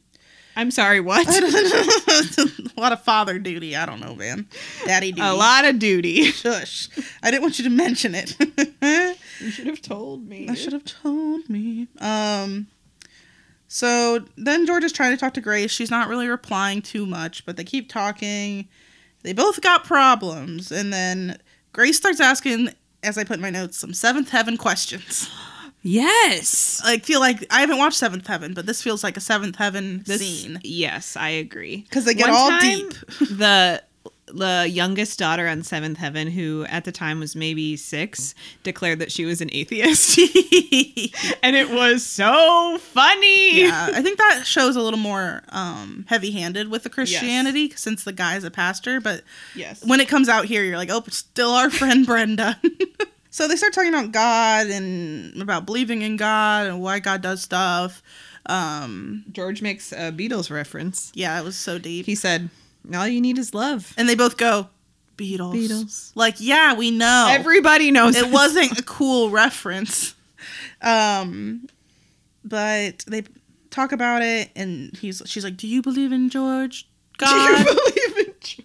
[SPEAKER 1] I'm sorry, what?
[SPEAKER 2] a lot of father duty. I don't know, man. Daddy duty.
[SPEAKER 1] A lot of duty.
[SPEAKER 2] Shush. I didn't want you to mention it.
[SPEAKER 1] You should have told me.
[SPEAKER 2] I should have told me. Um. So then George is trying to talk to Grace. She's not really replying too much, but they keep talking. They both got problems, and then Grace starts asking, as I put in my notes, some Seventh Heaven questions.
[SPEAKER 1] Yes.
[SPEAKER 2] I feel like I haven't watched Seventh Heaven, but this feels like a Seventh Heaven
[SPEAKER 1] This-
[SPEAKER 2] scene
[SPEAKER 1] Yes, I agree.
[SPEAKER 2] because they get
[SPEAKER 1] One
[SPEAKER 2] all
[SPEAKER 1] time,
[SPEAKER 2] deep.
[SPEAKER 1] the the youngest daughter on Seventh Heaven, who at the time was maybe six, declared that she was an atheist. and it was so funny.
[SPEAKER 2] yeah, I think that shows a little more um, heavy-handed with the Christianity since the guy's a pastor. But
[SPEAKER 1] Yes.
[SPEAKER 2] when it comes out here, you're like, oh, it's still our friend Brenda. so they start talking about God and about believing in God and why God does stuff. Um,
[SPEAKER 1] George makes a Beatles reference.
[SPEAKER 2] yeah, it was so deep.
[SPEAKER 1] He said, All you need is love.
[SPEAKER 2] and they both go, Beatles.
[SPEAKER 1] Beatles.
[SPEAKER 2] Like, yeah, we know.
[SPEAKER 1] Everybody knows
[SPEAKER 2] it
[SPEAKER 1] this.
[SPEAKER 2] wasn't a cool reference. Um, but they talk about it, and he's she's like, "Do you believe in George
[SPEAKER 1] Do
[SPEAKER 2] God?
[SPEAKER 1] you believe in George?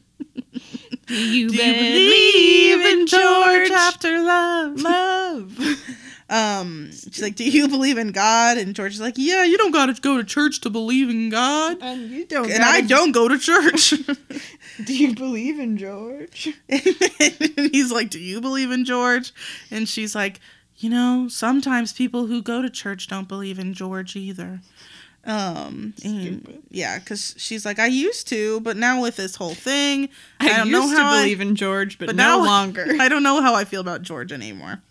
[SPEAKER 1] Do you,
[SPEAKER 2] Do you believe in George after love?"
[SPEAKER 1] Love.
[SPEAKER 2] Um, she's like, "Do you believe in God?" And George is like, "Yeah, you don't gotta go to church to believe in God."
[SPEAKER 1] And you don't.
[SPEAKER 2] And I don't go to church.
[SPEAKER 1] Do you believe in George?
[SPEAKER 2] and he's like, "Do you believe in George?" And she's like, "You know, sometimes people who go to church don't believe in George either." Um, and-
[SPEAKER 1] Stupid.
[SPEAKER 2] yeah, because she's like, "I used to, but now with this whole thing,
[SPEAKER 1] I,
[SPEAKER 2] I, don't
[SPEAKER 1] used
[SPEAKER 2] know how
[SPEAKER 1] to
[SPEAKER 2] I,
[SPEAKER 1] believe in George, but,
[SPEAKER 2] but
[SPEAKER 1] no
[SPEAKER 2] now-
[SPEAKER 1] longer.
[SPEAKER 2] I don't know how I feel about George anymore."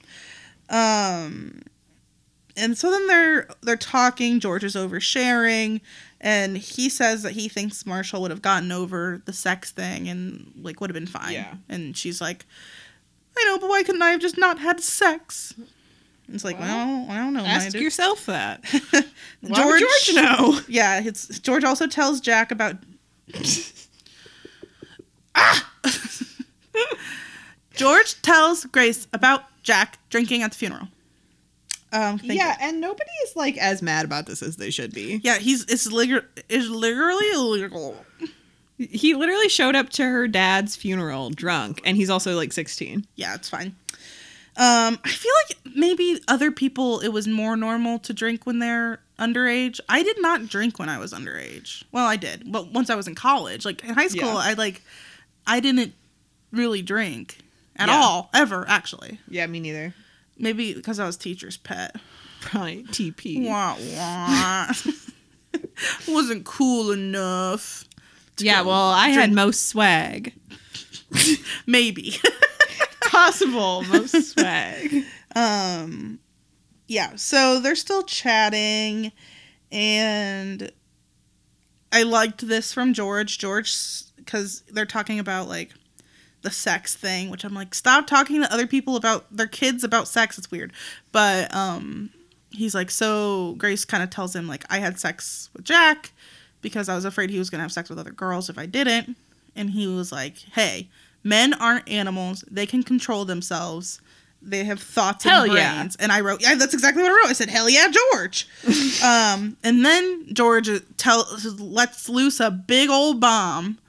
[SPEAKER 2] Um, and so then they're they're talking. George is oversharing, and he says that he thinks Marshall would have gotten over the sex thing and like would have been fine.
[SPEAKER 1] Yeah.
[SPEAKER 2] And she's like, I know, but why couldn't I have just not had sex? And It's like, well,
[SPEAKER 1] Well,
[SPEAKER 2] I don't know.
[SPEAKER 1] Ask
[SPEAKER 2] Maida.
[SPEAKER 1] yourself that. Why
[SPEAKER 2] George,
[SPEAKER 1] would George know?
[SPEAKER 2] yeah, it's George also tells Jack about. ah! George tells Grace about Jack drinking at the funeral. Um, thank you.
[SPEAKER 1] Yeah, and nobody is like as mad about this as they should be.
[SPEAKER 2] Yeah, he's it's literally is literally illegal.
[SPEAKER 1] He literally showed up to her dad's funeral drunk, and he's also like 16.
[SPEAKER 2] Yeah, it's fine. Um, I feel like maybe other people it was more normal to drink when they're underage. I did not drink when I was underage. Well, I did, but once I was in college, like in high school,
[SPEAKER 1] Yeah.
[SPEAKER 2] I like I didn't really drink at
[SPEAKER 1] Yeah.
[SPEAKER 2] all ever actually.
[SPEAKER 1] Yeah, me neither.
[SPEAKER 2] Maybe because I was teacher's pet.
[SPEAKER 1] Probably TP.
[SPEAKER 2] Wah wah. Wasn't cool enough.
[SPEAKER 1] Yeah, well, I
[SPEAKER 2] Drink-
[SPEAKER 1] had most swag.
[SPEAKER 2] Maybe.
[SPEAKER 1] Possible most swag.
[SPEAKER 2] Um, yeah, so they're still chatting, and I liked this from George. George, because they're talking about like the sex thing, which I'm like, stop talking to other people about their kids about sex. It's weird. But um, he's like, so Grace kind of tells him, like, I had sex with Jack because I was afraid he was going to have sex with other girls if I didn't. And he was like, hey, men aren't animals, they can control themselves. They have thoughts
[SPEAKER 1] Hell
[SPEAKER 2] and
[SPEAKER 1] yeah.
[SPEAKER 2] brains. And I wrote, yeah, that's exactly what I wrote. I said, hell yeah, George. um, and then George tells, lets loose a big old bomb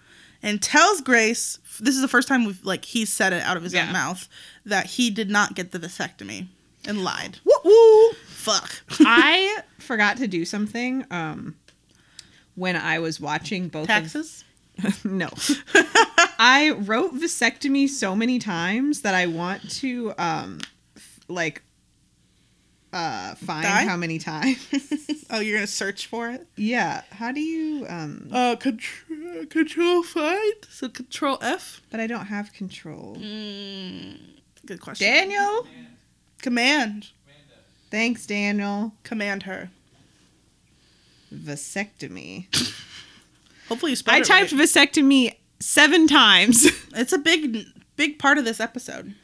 [SPEAKER 2] and tells Grace this is the first time we've like he said it out of his
[SPEAKER 1] Yeah.
[SPEAKER 2] own mouth that he did not get the vasectomy and lied.
[SPEAKER 1] Woo woo.
[SPEAKER 2] Fuck.
[SPEAKER 1] I forgot to do something um, when I was watching both of
[SPEAKER 2] Taxes?
[SPEAKER 1] no. I wrote vasectomy so many times that I want to um f- like uh find
[SPEAKER 2] Die?
[SPEAKER 1] how many times.
[SPEAKER 2] Oh, you're gonna search for it?
[SPEAKER 1] yeah, how do you um
[SPEAKER 2] Uh, control, control find. So control F.
[SPEAKER 1] but I don't have control.
[SPEAKER 2] Mm. Good question.
[SPEAKER 1] Daniel?
[SPEAKER 2] Command.
[SPEAKER 1] Thanks Daniel.
[SPEAKER 2] Command her.
[SPEAKER 1] Vasectomy.
[SPEAKER 2] Hopefully you spelled
[SPEAKER 1] I
[SPEAKER 2] it
[SPEAKER 1] typed
[SPEAKER 2] right.
[SPEAKER 1] vasectomy 7 times.
[SPEAKER 2] It's a big, big part of this episode.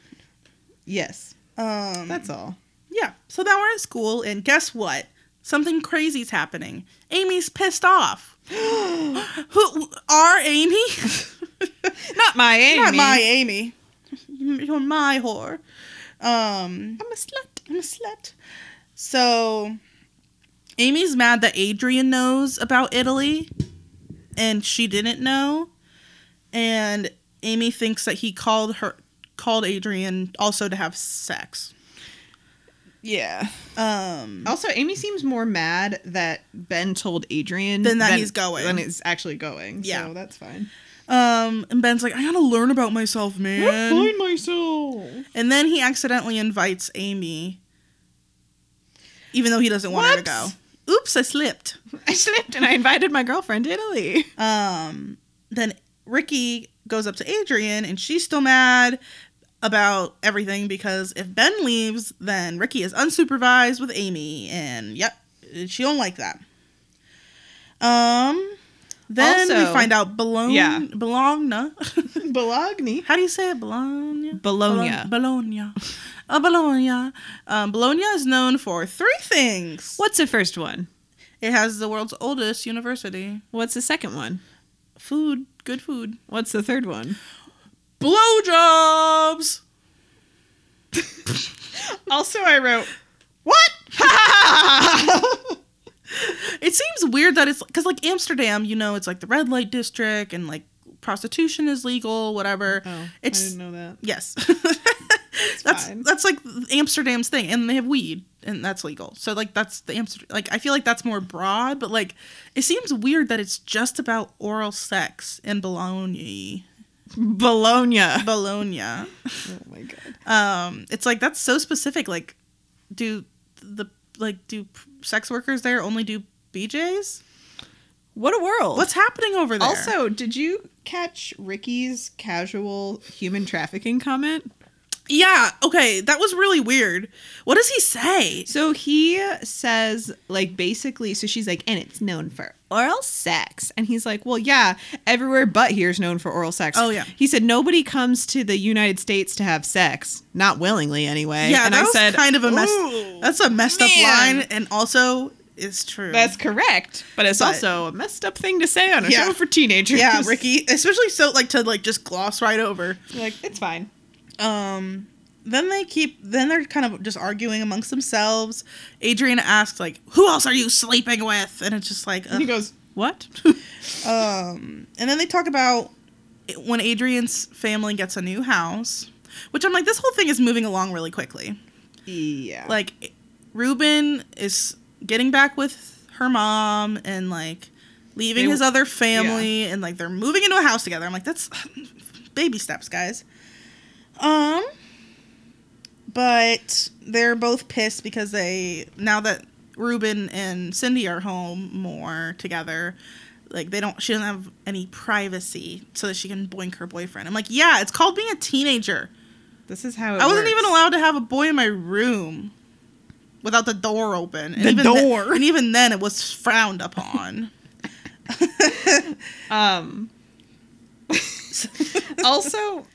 [SPEAKER 1] yes.
[SPEAKER 2] Um,
[SPEAKER 1] That's all.
[SPEAKER 2] yeah. So now we're at school, and guess what? Something crazy's happening. Amy's pissed off. Who? Our Amy?
[SPEAKER 1] Not my Amy.
[SPEAKER 2] Not my Amy. You're my whore. Um,
[SPEAKER 1] I'm a slut.
[SPEAKER 2] I'm a slut. So, Amy's mad that Adrian knows about Italy, and she didn't know. And Amy thinks that he called her, called Adrian also to have sex.
[SPEAKER 1] Yeah.
[SPEAKER 2] Um,
[SPEAKER 1] Also, Amy seems more mad that Ben told Adrian
[SPEAKER 2] Than that he's going.
[SPEAKER 1] than it's actually going.
[SPEAKER 2] Yeah.
[SPEAKER 1] so that's fine.
[SPEAKER 2] um, and Ben's like, I gotta learn about myself, man.
[SPEAKER 1] myself.
[SPEAKER 2] And then he accidentally invites Amy, even though he doesn't want her to go. Oops,
[SPEAKER 1] Whoops.
[SPEAKER 2] I slipped.
[SPEAKER 1] I slipped and I invited my girlfriend to Italy.
[SPEAKER 2] Um, then Ricky goes up to Adrian and she's still mad about everything because if Ben leaves, then Ricky is unsupervised with Amy and yep, she don't like that. Um then we
[SPEAKER 1] Also-
[SPEAKER 2] find out Bologna
[SPEAKER 1] Yeah.
[SPEAKER 2] Bologna.
[SPEAKER 1] Bologna.
[SPEAKER 2] How do you say it? Bologna.
[SPEAKER 1] Bologna.
[SPEAKER 2] Bologna. Uh, Bologna. Um, Bologna is known for three things.
[SPEAKER 1] What's the first one?
[SPEAKER 2] It has the world's oldest university.
[SPEAKER 1] What's the second one?
[SPEAKER 2] Food, good food.
[SPEAKER 1] What's the third one?
[SPEAKER 2] Blowjobs.
[SPEAKER 1] Also, I wrote, What?
[SPEAKER 2] It seems weird that it's because, like, Amsterdam, you know, it's like the red light district and like prostitution is legal, whatever.
[SPEAKER 1] oh,
[SPEAKER 2] It's-
[SPEAKER 1] I didn't know that.
[SPEAKER 2] Yes. that's
[SPEAKER 1] fine.
[SPEAKER 2] that's like Amsterdam's thing and they have weed and that's legal. So like that's the Amsterdam like I feel like that's more broad but like it seems weird that it's just about oral sex in Bologna.
[SPEAKER 1] Bologna.
[SPEAKER 2] Bologna.
[SPEAKER 1] Oh my god.
[SPEAKER 2] Um it's like that's so specific like do the like do sex workers there only do BJs?
[SPEAKER 1] What a world.
[SPEAKER 2] What's happening over there?
[SPEAKER 1] also, did you catch Ricky's casual human trafficking comment?
[SPEAKER 2] yeah, okay, that was really weird. What does he say?
[SPEAKER 1] So he says, like, basically, so she's like, and it's known for oral sex. And he's like, well, yeah, everywhere but here is known for oral sex.
[SPEAKER 2] Oh, yeah.
[SPEAKER 1] He said, nobody comes to the United States to have sex, not willingly anyway.
[SPEAKER 2] Yeah,
[SPEAKER 1] and
[SPEAKER 2] that
[SPEAKER 1] I
[SPEAKER 2] was
[SPEAKER 1] said,
[SPEAKER 2] kind of a mess.
[SPEAKER 1] "Ooh,
[SPEAKER 2] That's a messed
[SPEAKER 1] Man.
[SPEAKER 2] up line, and also is true.
[SPEAKER 1] that's correct. But it's
[SPEAKER 2] But-
[SPEAKER 1] also a messed up thing to say on a
[SPEAKER 2] Yeah.
[SPEAKER 1] show for teenagers.
[SPEAKER 2] yeah, Ricky, especially so like to like just gloss right over.
[SPEAKER 1] Like, it's fine.
[SPEAKER 2] Um, then they keep then they're kind of just arguing amongst themselves. Adrian asks like, "Who else are you sleeping with?" And it's just like,
[SPEAKER 1] And he
[SPEAKER 2] ugh.
[SPEAKER 1] goes, Uh, what?
[SPEAKER 2] um, and then they talk about when Adrian's family gets a new house, which I'm like, this whole thing is moving along really quickly.
[SPEAKER 1] yeah.
[SPEAKER 2] like Ruben is getting back with her mom and like leaving
[SPEAKER 1] They-
[SPEAKER 2] his other family and like they're moving into a house together. I'm like that's baby steps, guys. Um but they're both pissed because they now that Ruben and Cindy are home more together, like they don't she doesn't have any privacy so that she can boink her boyfriend. I'm like, "Yeah, it's called being a teenager."
[SPEAKER 1] this is how it
[SPEAKER 2] I wasn't
[SPEAKER 1] works.
[SPEAKER 2] even allowed to have a boy in my room without the door open. And
[SPEAKER 1] The
[SPEAKER 2] even the-
[SPEAKER 1] door.
[SPEAKER 2] and even then, it was frowned upon.
[SPEAKER 1] Um. also,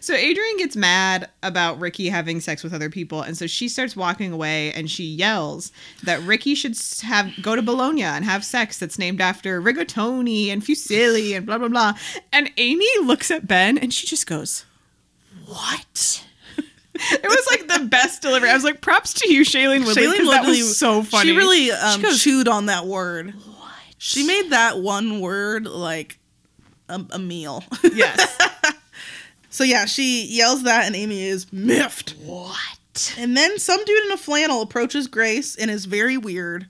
[SPEAKER 1] so Adrian gets mad about Ricky having sex with other people, and so she starts walking away, and she yells that Ricky should s- have go to Bologna and have sex that's named after rigatoni and fusilli and blah blah blah. And Amy looks at Ben, and she just goes, "What?" It was like the best delivery. I was like, "Props to you, Shailene Woodley."
[SPEAKER 2] Shailene
[SPEAKER 1] 'cause that
[SPEAKER 2] Woodley,
[SPEAKER 1] was so funny.
[SPEAKER 2] She really um,
[SPEAKER 1] She goes-
[SPEAKER 2] chewed on that word.
[SPEAKER 1] What?
[SPEAKER 2] She made that one word like a, a meal.
[SPEAKER 1] yes.
[SPEAKER 2] so yeah, she yells that, and Amy is miffed.
[SPEAKER 1] what?
[SPEAKER 2] And then some dude in a flannel approaches Grace and is very weird.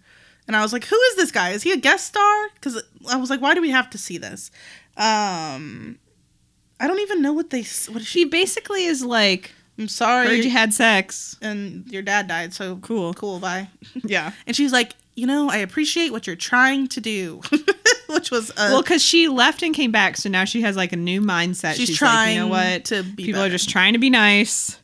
[SPEAKER 2] And I was like, who is this guy? Is he a guest star? Because I was like, why do we have to see this? Um, I don't even know what they. s- What is she?
[SPEAKER 1] She basically is like.
[SPEAKER 2] I'm sorry.
[SPEAKER 1] Heard you had sex.
[SPEAKER 2] and your dad died, so
[SPEAKER 1] Cool.
[SPEAKER 2] cool, bye.
[SPEAKER 1] Yeah.
[SPEAKER 2] And she's like, you know, I appreciate what you're trying to do, which was a
[SPEAKER 1] Well, because she left and came back, so now she has like a new mindset.
[SPEAKER 2] She's
[SPEAKER 1] She's,
[SPEAKER 2] trying
[SPEAKER 1] like, you know what?
[SPEAKER 2] to be
[SPEAKER 1] People
[SPEAKER 2] better.
[SPEAKER 1] are just trying to be nice.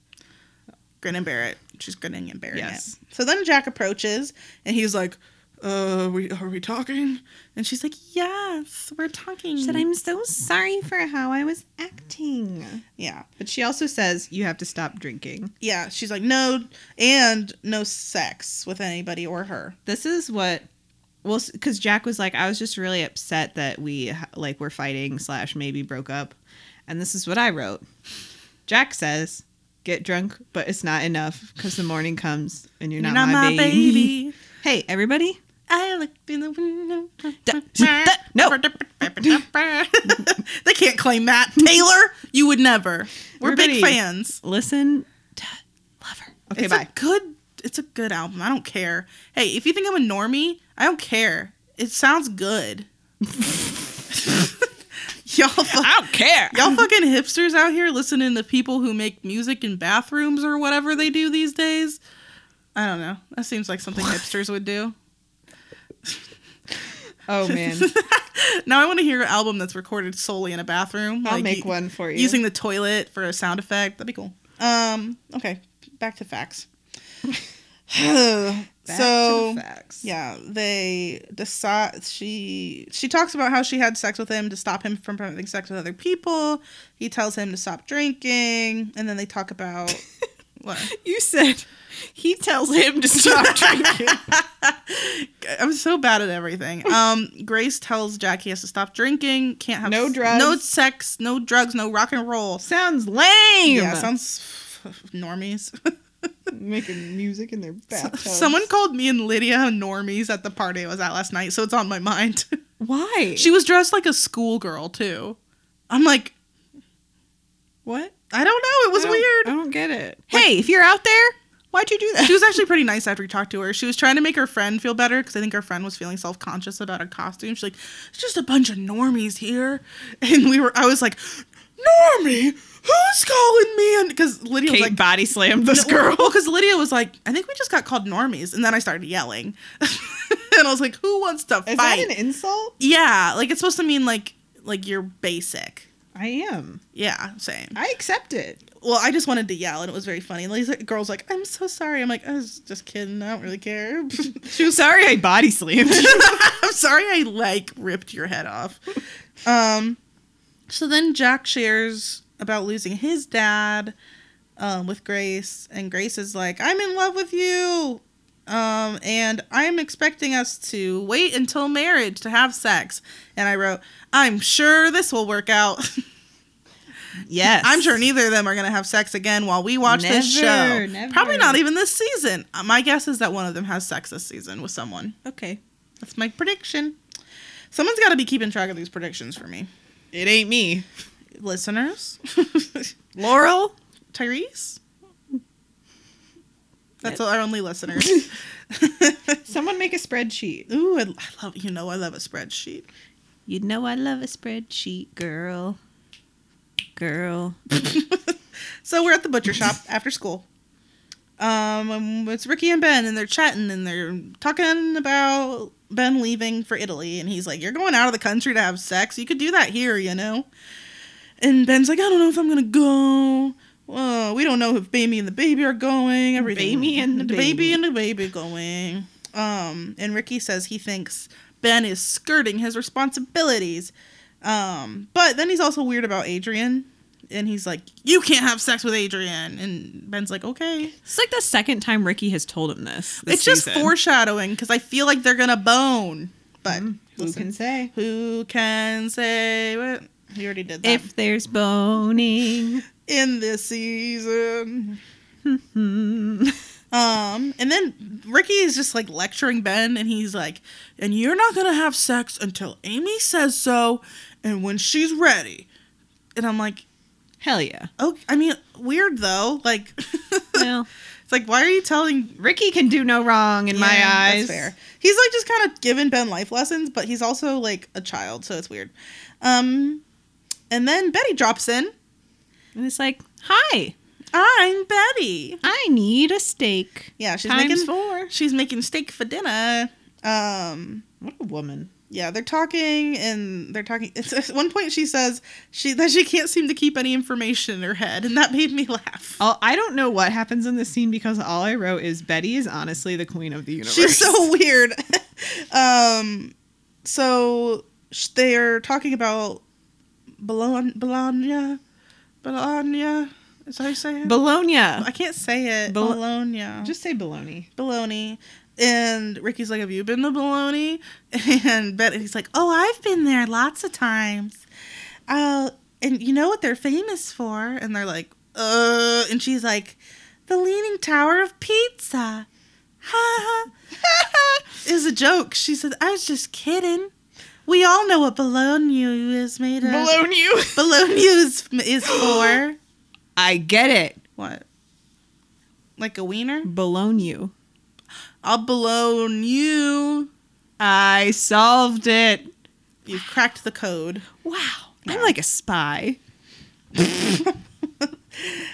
[SPEAKER 2] grin and bear it. She's grinning and bearing
[SPEAKER 1] Yes.
[SPEAKER 2] it. So then Jack approaches and he's like, uh, we are we talking? And she's like, yes, we're talking.
[SPEAKER 1] so sorry for how I was acting.
[SPEAKER 2] yeah.
[SPEAKER 1] But she also says, you have to stop drinking.
[SPEAKER 2] yeah, she's like, no, and no sex with anybody or her.
[SPEAKER 1] This is what, well, because Jack was like, I was just really upset that we like were fighting slash maybe broke up. And this is what I wrote. Jack says, get drunk, but it's not enough because the morning comes and you're, not, my, baby. Hey, everybody.
[SPEAKER 2] I looked in the window.
[SPEAKER 1] Da- da- no.
[SPEAKER 2] they can't claim that. Taylor, you would never. We're big
[SPEAKER 1] Everybody-
[SPEAKER 2] fans.
[SPEAKER 1] listen to Lover. Okay,
[SPEAKER 2] it's
[SPEAKER 1] bye.
[SPEAKER 2] a good it's a good album. I don't care. Hey, if you think I'm a normie, I don't care. It sounds good. Y'all fuck-
[SPEAKER 1] I don't care.
[SPEAKER 2] Y'all fucking hipsters out here listening to people who make music in bathrooms or whatever they do these days. I don't know. That seems like something hipsters would do.
[SPEAKER 1] Oh man,
[SPEAKER 2] now I want to hear an album that's recorded solely in a bathroom.
[SPEAKER 1] I'll
[SPEAKER 2] like,
[SPEAKER 1] make
[SPEAKER 2] u-
[SPEAKER 1] one for you.
[SPEAKER 2] Using the toilet for a sound effect. That'd be cool. Um, okay, back to facts.
[SPEAKER 1] Back
[SPEAKER 2] so
[SPEAKER 1] to the facts.
[SPEAKER 2] yeah, they decide she she talks about how she had sex with him to stop him from having sex with other people. He tells him to stop drinking, and then they talk about what
[SPEAKER 1] you said he tells him to stop drinking.
[SPEAKER 2] I'm so bad at everything. Um, Grace tells Jack he has to stop drinking, can't have
[SPEAKER 1] No
[SPEAKER 2] s-
[SPEAKER 1] drugs.
[SPEAKER 2] no sex, no drugs, no rock and roll.
[SPEAKER 1] Sounds lame.
[SPEAKER 2] Yeah, sounds normies.
[SPEAKER 1] making music in their bathtub.
[SPEAKER 2] Someone called me and Lydia normies at the party I was at last night, so it's on my mind.
[SPEAKER 1] why?
[SPEAKER 2] she was dressed like a schoolgirl too. I'm like,
[SPEAKER 1] what?
[SPEAKER 2] I don't know. It was
[SPEAKER 1] I don't-
[SPEAKER 2] weird.
[SPEAKER 1] I don't get it. Hey, if you're out there, why'd you do that?
[SPEAKER 2] she was actually pretty nice after we talked to her. She was trying to make her friend feel better because I think her friend was feeling self conscious about her costume. She's like, "It's just a bunch of normies here," and we were. I was like, "Normie, who's calling me?" And because Lydia was like.
[SPEAKER 1] body slammed this
[SPEAKER 2] because Lydia was like, I think we just got called normies, and then I started yelling, and I was like, "Who wants to fight?"
[SPEAKER 1] Is that an insult?
[SPEAKER 2] yeah, like it's supposed to mean like like you're basic.
[SPEAKER 1] I am.
[SPEAKER 2] Yeah, same.
[SPEAKER 1] I accept it.
[SPEAKER 2] well, I just wanted to yell, and it was very funny. And Lisa, girl's like, "I'm so sorry." I'm like, "I was just kidding. I don't really care."
[SPEAKER 1] She was sorry I body slammed you.
[SPEAKER 2] I'm sorry I like ripped your head off. Um, so then Jack shares about losing his dad um, with Grace, and Grace is like, "I'm in love with you." Um, and I'm expecting us to wait until marriage to have sex. And I wrote, I'm sure this will work out.
[SPEAKER 1] yes.
[SPEAKER 2] I'm sure neither of them are going to have sex again while we watch this show.
[SPEAKER 1] Never, never.
[SPEAKER 2] Probably not even this season. Uh, My guess is that one of them has sex this season with someone.
[SPEAKER 1] Okay.
[SPEAKER 2] That's my prediction. Someone's got to be keeping track of these predictions for me.
[SPEAKER 1] It ain't me.
[SPEAKER 2] Listeners?
[SPEAKER 1] Laurel?
[SPEAKER 2] Tyrese? That's our only listeners.
[SPEAKER 1] Someone make a spreadsheet.
[SPEAKER 2] Ooh, I, I love, you know, I love a spreadsheet.
[SPEAKER 1] You know I love a spreadsheet, girl. Girl.
[SPEAKER 2] So we're at the butcher shop after school. Um, and it's Ricky and Ben, and they're chatting and they're talking about Ben leaving for Italy. And he's like, You're going out of the country to have sex. You could do that here, you know? And Ben's like, I don't know if I'm going to go. Well, we don't know if Baby and the baby are going. Everything.
[SPEAKER 1] Baby and the
[SPEAKER 2] baby
[SPEAKER 1] baby.
[SPEAKER 2] and the baby going. Um, and Ricky says he thinks Ben is skirting his responsibilities. Um, but then he's also weird about Adrian. And he's like, You can't have sex with Adrian. And Ben's like, Okay.
[SPEAKER 1] It's like the second time Ricky has told him this.
[SPEAKER 2] it's just foreshadowing because I feel like they're going to bone. But
[SPEAKER 1] Who
[SPEAKER 2] listen,
[SPEAKER 1] can say?
[SPEAKER 2] who can say what? He already did that.
[SPEAKER 1] If there's boning.
[SPEAKER 2] in this season.
[SPEAKER 1] Hmm.
[SPEAKER 2] Um, and then Ricky is just like lecturing Ben, and he's like, "And you're not gonna have sex until Amy says so, and when she's ready." And I'm like,
[SPEAKER 1] Hell yeah.
[SPEAKER 2] "Oh, I mean, weird though. Like, it's
[SPEAKER 1] Well,
[SPEAKER 2] like, why are you telling?"
[SPEAKER 1] Ricky can do no wrong in my
[SPEAKER 2] Yeah,
[SPEAKER 1] eyes.
[SPEAKER 2] that's fair. He's like just kind of giving Ben life lessons, but he's also like a child, so it's weird. Um, and then Betty drops in.
[SPEAKER 1] And it's like, hi,
[SPEAKER 2] I'm Betty.
[SPEAKER 1] I need a steak.
[SPEAKER 2] Yeah, she's
[SPEAKER 1] Times
[SPEAKER 2] making
[SPEAKER 1] four.
[SPEAKER 2] she's making steak for dinner. Um,
[SPEAKER 1] What a woman.
[SPEAKER 2] yeah, they're talking and they're talking. It's, at one point, she says she that she can't seem to keep any information in her head, and that made me laugh.
[SPEAKER 1] All, I don't know what happens in this scene because all I wrote is Betty is honestly the queen of the universe.
[SPEAKER 2] She's so weird. um, so sh- they're talking about Bologna, Bologna, Bologna. Is that how you say it?
[SPEAKER 1] Bologna.
[SPEAKER 2] I can't say it.
[SPEAKER 1] Bol-
[SPEAKER 2] Bologna.
[SPEAKER 1] Just say baloney.
[SPEAKER 2] baloney. And Ricky's like, Have you been to baloney? And Betty's like, Oh, I've been there lots of times. Uh, and you know what they're famous for? And they're like, Uh, and she's like, The Leaning Tower of Pizza. Ha ha. It was a joke. She said, I was just kidding. We all know what bologna is made of.
[SPEAKER 1] Bologna.
[SPEAKER 2] Bologna is, is for
[SPEAKER 1] I get it.
[SPEAKER 2] what? Like a wiener?
[SPEAKER 1] Bologna.
[SPEAKER 2] I'll balone you.
[SPEAKER 1] I solved it.
[SPEAKER 2] You've cracked the code.
[SPEAKER 1] Wow. I'm like a spy.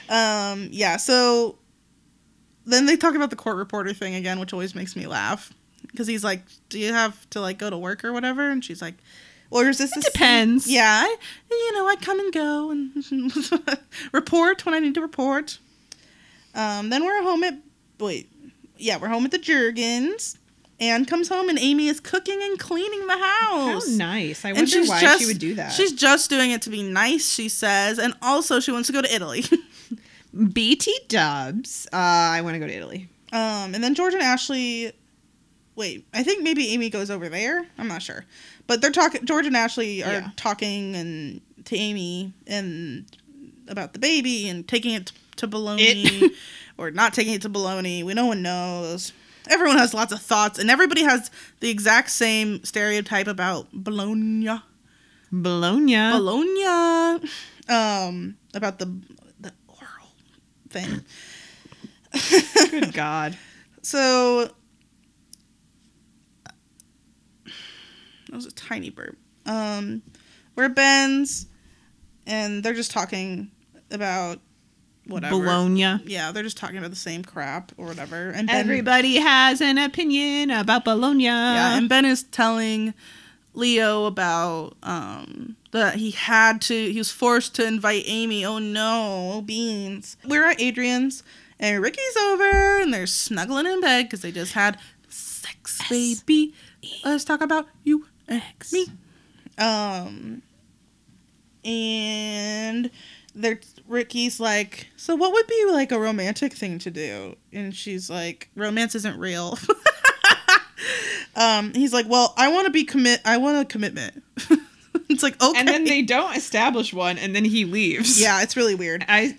[SPEAKER 2] Um, yeah, so then they talk about the court reporter thing again, which always makes me laugh. because he's like, "Do you have to like go to work or whatever?" And she's like, "Or is this the same-
[SPEAKER 1] depends.
[SPEAKER 2] Yeah, I, you know, I come and go and report when I need to report. Um, then we're home at wait, yeah, we're home at the Jurgens. Anne comes home and Amy is cooking and cleaning the
[SPEAKER 1] How
[SPEAKER 2] house.
[SPEAKER 1] nice. I
[SPEAKER 2] And
[SPEAKER 1] wonder
[SPEAKER 2] she's
[SPEAKER 1] why
[SPEAKER 2] just-
[SPEAKER 1] she would do that.
[SPEAKER 2] She's just doing it to be nice, she says, and also she wants to go to Italy.
[SPEAKER 1] BT dubs. Uh, I want to go to Italy.
[SPEAKER 2] Um, and then George and Ashley, wait, I think maybe Amy goes over there. I'm not sure, but they're talking. George and Ashley are
[SPEAKER 1] Yeah.
[SPEAKER 2] talking and to Amy and about the baby and taking it to Bologna
[SPEAKER 1] It-
[SPEAKER 2] or not taking it to Bologna. We no one knows. Everyone has lots of thoughts, and everybody has the exact same stereotype about Bologna.
[SPEAKER 1] Bologna.
[SPEAKER 2] Bologna. Um, about the the oral thing.
[SPEAKER 1] Good God.
[SPEAKER 2] So that was a tiny burp. Um, we're at Ben's, and they're just talking about whatever.
[SPEAKER 1] Bologna.
[SPEAKER 2] Yeah, they're just talking about the same crap or whatever. And Ben,
[SPEAKER 1] Everybody has an opinion about Bologna. Uh,
[SPEAKER 2] yeah, and Ben is telling Leo about um that he had to he was forced to invite Amy. Oh no, oh beans. We're at Adrian's and Ricky's over and they're snuggling in bed because they just had sex, baby. Let's talk about you and me. Um and they're Ricky's like, so what would be like a romantic thing to do? And she's like, romance isn't real. um, he's like, well, I want to be commit. I want a commitment. it's like okay,
[SPEAKER 1] And then they don't establish one, and then he leaves.
[SPEAKER 2] yeah, it's really weird.
[SPEAKER 1] I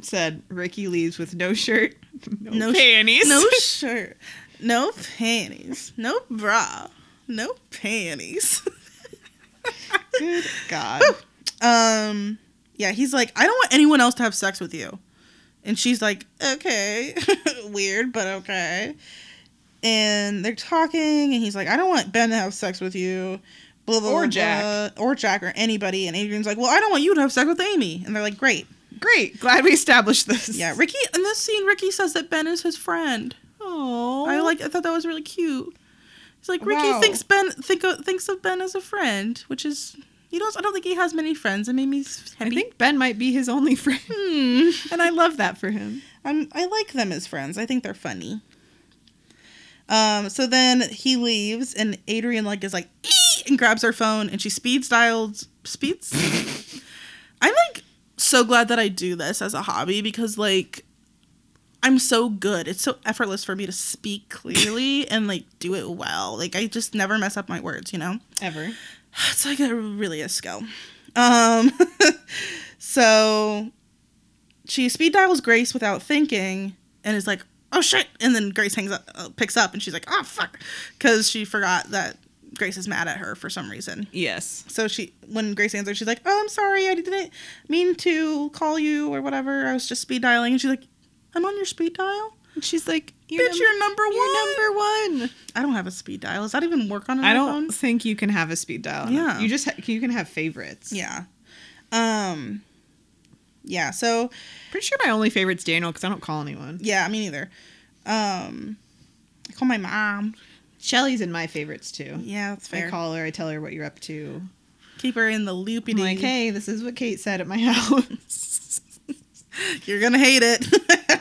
[SPEAKER 1] said Ricky leaves with no shirt, no,
[SPEAKER 2] No sh-
[SPEAKER 1] panties.
[SPEAKER 2] No shirt, no panties, no bra, no panties.
[SPEAKER 1] Good God.
[SPEAKER 2] Um, yeah, he's like, I don't want anyone else to have sex with you. And she's like, okay, weird, but okay. And they're talking, and he's like, I don't want Ben to have sex with you. Blah, blah,
[SPEAKER 1] Or
[SPEAKER 2] blah,
[SPEAKER 1] Jack.
[SPEAKER 2] blah, or Jack, or anybody. And Adrian's like, well, I don't want you to have sex with Amy. And they're like, great.
[SPEAKER 1] Great. Glad we established this.
[SPEAKER 2] Yeah, Ricky, in this scene, Ricky says that Ben is his friend.
[SPEAKER 1] Oh.
[SPEAKER 2] I like, I thought that was really cute. He's like, Ricky
[SPEAKER 1] Wow.
[SPEAKER 2] thinks Ben think of, thinks of Ben as a friend, which is, you know, I don't think he has many friends. and made me
[SPEAKER 1] I
[SPEAKER 2] happy.
[SPEAKER 1] think Ben might be his only friend,
[SPEAKER 2] Hmm.
[SPEAKER 1] and I love that for him.
[SPEAKER 2] I'm, I like them as friends. I think they're funny. Um, so then he leaves, and Adrian like is like "Ee!" and grabs her phone, and she speeds dials speeds. I'm like so glad that I do this as a hobby because like I'm so good. It's so effortless for me to speak clearly and like do it well. Like I just never mess up my words, you know.
[SPEAKER 1] Ever.
[SPEAKER 2] It's like a really a skill. Um, so she speed dials Grace without thinking and is like, "Oh shit!" And then Grace hangs up, uh, picks up, and she's like, "Oh fuck," because she forgot that Grace is mad at her for some reason.
[SPEAKER 1] Yes.
[SPEAKER 2] So she, when Grace answers, she's like, "Oh, I'm sorry, I didn't mean to call you or whatever. I was just speed dialing." And she's like, "I'm on your speed dial,
[SPEAKER 1] And she's like,
[SPEAKER 2] you
[SPEAKER 1] you're
[SPEAKER 2] bitch.
[SPEAKER 1] num-
[SPEAKER 2] you're number one.
[SPEAKER 1] you're number one.
[SPEAKER 2] I don't have a speed dial. Does that even work on an
[SPEAKER 1] I
[SPEAKER 2] iPhone?
[SPEAKER 1] don't think you can have a speed dial.
[SPEAKER 2] Yeah.
[SPEAKER 1] You just ha- you can have favorites.
[SPEAKER 2] Yeah. Um yeah, so
[SPEAKER 1] Pretty sure my only favorite's Daniel because I don't call anyone.
[SPEAKER 2] yeah, me neither. Um I call my mom.
[SPEAKER 1] Shelly's in my favorites too.
[SPEAKER 2] Yeah, that's
[SPEAKER 1] I
[SPEAKER 2] fair.
[SPEAKER 1] call her. I tell her what you're up to.
[SPEAKER 2] Keep her in the loopy
[SPEAKER 1] I'm like, hey, this is what Kate said at my house.
[SPEAKER 2] You're gonna hate it.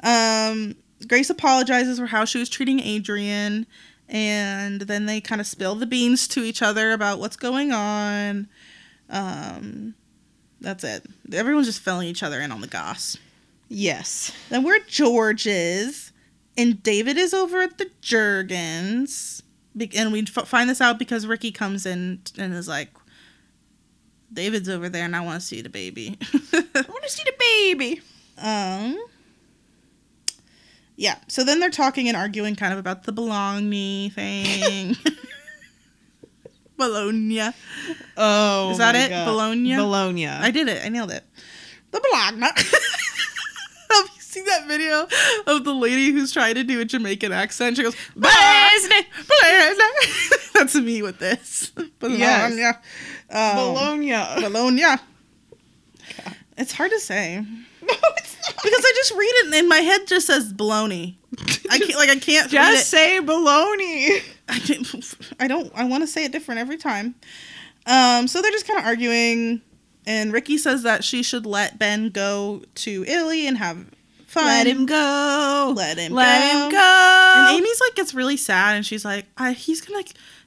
[SPEAKER 2] um Grace apologizes for how she was treating Adrian and then they kind of spill the beans to each other about what's going on. Um that's it. Everyone's just filling each other in on the goss.
[SPEAKER 1] yes.
[SPEAKER 2] Then we're at George's, and David is over at the Jurgens. Be- And we f- find this out because Ricky comes in and is like, David's over there, and I want to see the baby.
[SPEAKER 1] I want to see the baby.
[SPEAKER 2] um, yeah. So then they're talking and arguing kind of about the Bologna thing. Bologna.
[SPEAKER 1] Oh.
[SPEAKER 2] Is that
[SPEAKER 1] my
[SPEAKER 2] it?
[SPEAKER 1] God.
[SPEAKER 2] Bologna?
[SPEAKER 1] Bologna.
[SPEAKER 2] I did it. I nailed it. The Bologna. Have you seen that video of the lady who's trying to do a Jamaican accent? She goes,
[SPEAKER 1] Bologna.
[SPEAKER 2] Bologna. That's me with this. Bologna.
[SPEAKER 1] Yes.
[SPEAKER 2] Um,
[SPEAKER 1] Oh. Bologna.
[SPEAKER 2] Bologna. It's hard to say.
[SPEAKER 1] No, it's not.
[SPEAKER 2] Because I just read it and in my head just says baloney. I can't like I can't read
[SPEAKER 1] Just
[SPEAKER 2] it.
[SPEAKER 1] say baloney.
[SPEAKER 2] I, can't, I don't I want to say it different every time. Um, so they're just kind of arguing, and Ricky says that she should let Ben go to Italy and have fun.
[SPEAKER 1] go.
[SPEAKER 2] Let him
[SPEAKER 1] Let
[SPEAKER 2] go.
[SPEAKER 1] him go.
[SPEAKER 2] And Amy's like gets really sad, and she's like, I, "He's gonna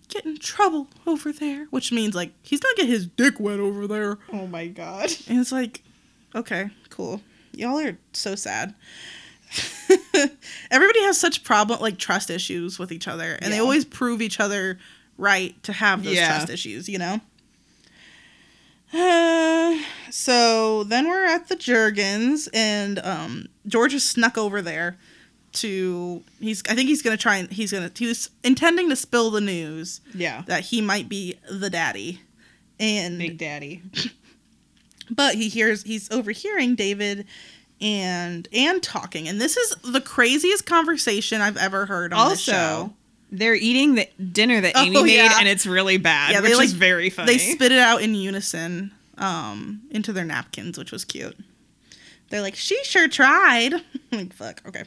[SPEAKER 2] get in trouble over there," which means like he's gonna get his dick wet over there.
[SPEAKER 1] Oh my god.
[SPEAKER 2] And it's like, okay, cool. Y'all are so sad. Everybody has such problem like trust issues with each other, and they
[SPEAKER 1] Yeah.
[SPEAKER 2] always prove each other right to have those
[SPEAKER 1] Yeah.
[SPEAKER 2] trust issues, you know. Uh, so then we're at the Jurgens, and um, George has snuck over there to. He's. I think he's gonna try and he's gonna. He was intending to spill the news
[SPEAKER 1] Yeah.
[SPEAKER 2] that he might be the daddy, and
[SPEAKER 1] Big Daddy.
[SPEAKER 2] but he hears he's overhearing David and Anne talking, and this is the craziest conversation I've ever heard on this
[SPEAKER 1] Also,
[SPEAKER 2] show.
[SPEAKER 1] they're eating the dinner that Amy
[SPEAKER 2] Oh,
[SPEAKER 1] made,
[SPEAKER 2] yeah.
[SPEAKER 1] and it's really bad,
[SPEAKER 2] Yeah, they,
[SPEAKER 1] which is
[SPEAKER 2] like-
[SPEAKER 1] very funny.
[SPEAKER 2] They spit it out in unison um, into their napkins, which was cute. They're like, "She sure tried." like, fuck. Okay.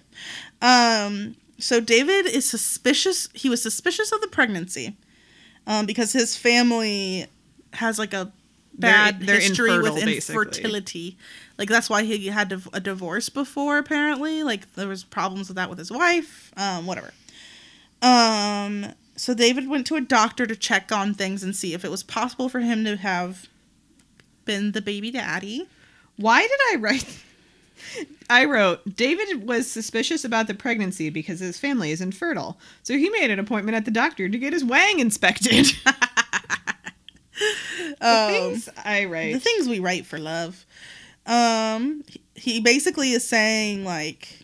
[SPEAKER 2] Um, so David is suspicious. He was suspicious of the pregnancy um, because his family has like a
[SPEAKER 1] They're-
[SPEAKER 2] bad
[SPEAKER 1] they're
[SPEAKER 2] history with
[SPEAKER 1] infertile, basically.
[SPEAKER 2] infertility. Like that's why he had div- a divorce before. Apparently, like there was problems with that with his wife. Um, whatever. Um, so David went to a doctor to check on things and see if it was possible for him to have been the baby daddy.
[SPEAKER 1] Why did I write? I wrote David was suspicious about the pregnancy because his family is infertile, so he made an appointment at the doctor to get his wang inspected. the
[SPEAKER 2] Um,
[SPEAKER 1] things I write.
[SPEAKER 2] the things we write for love. Um, he- he basically is saying like,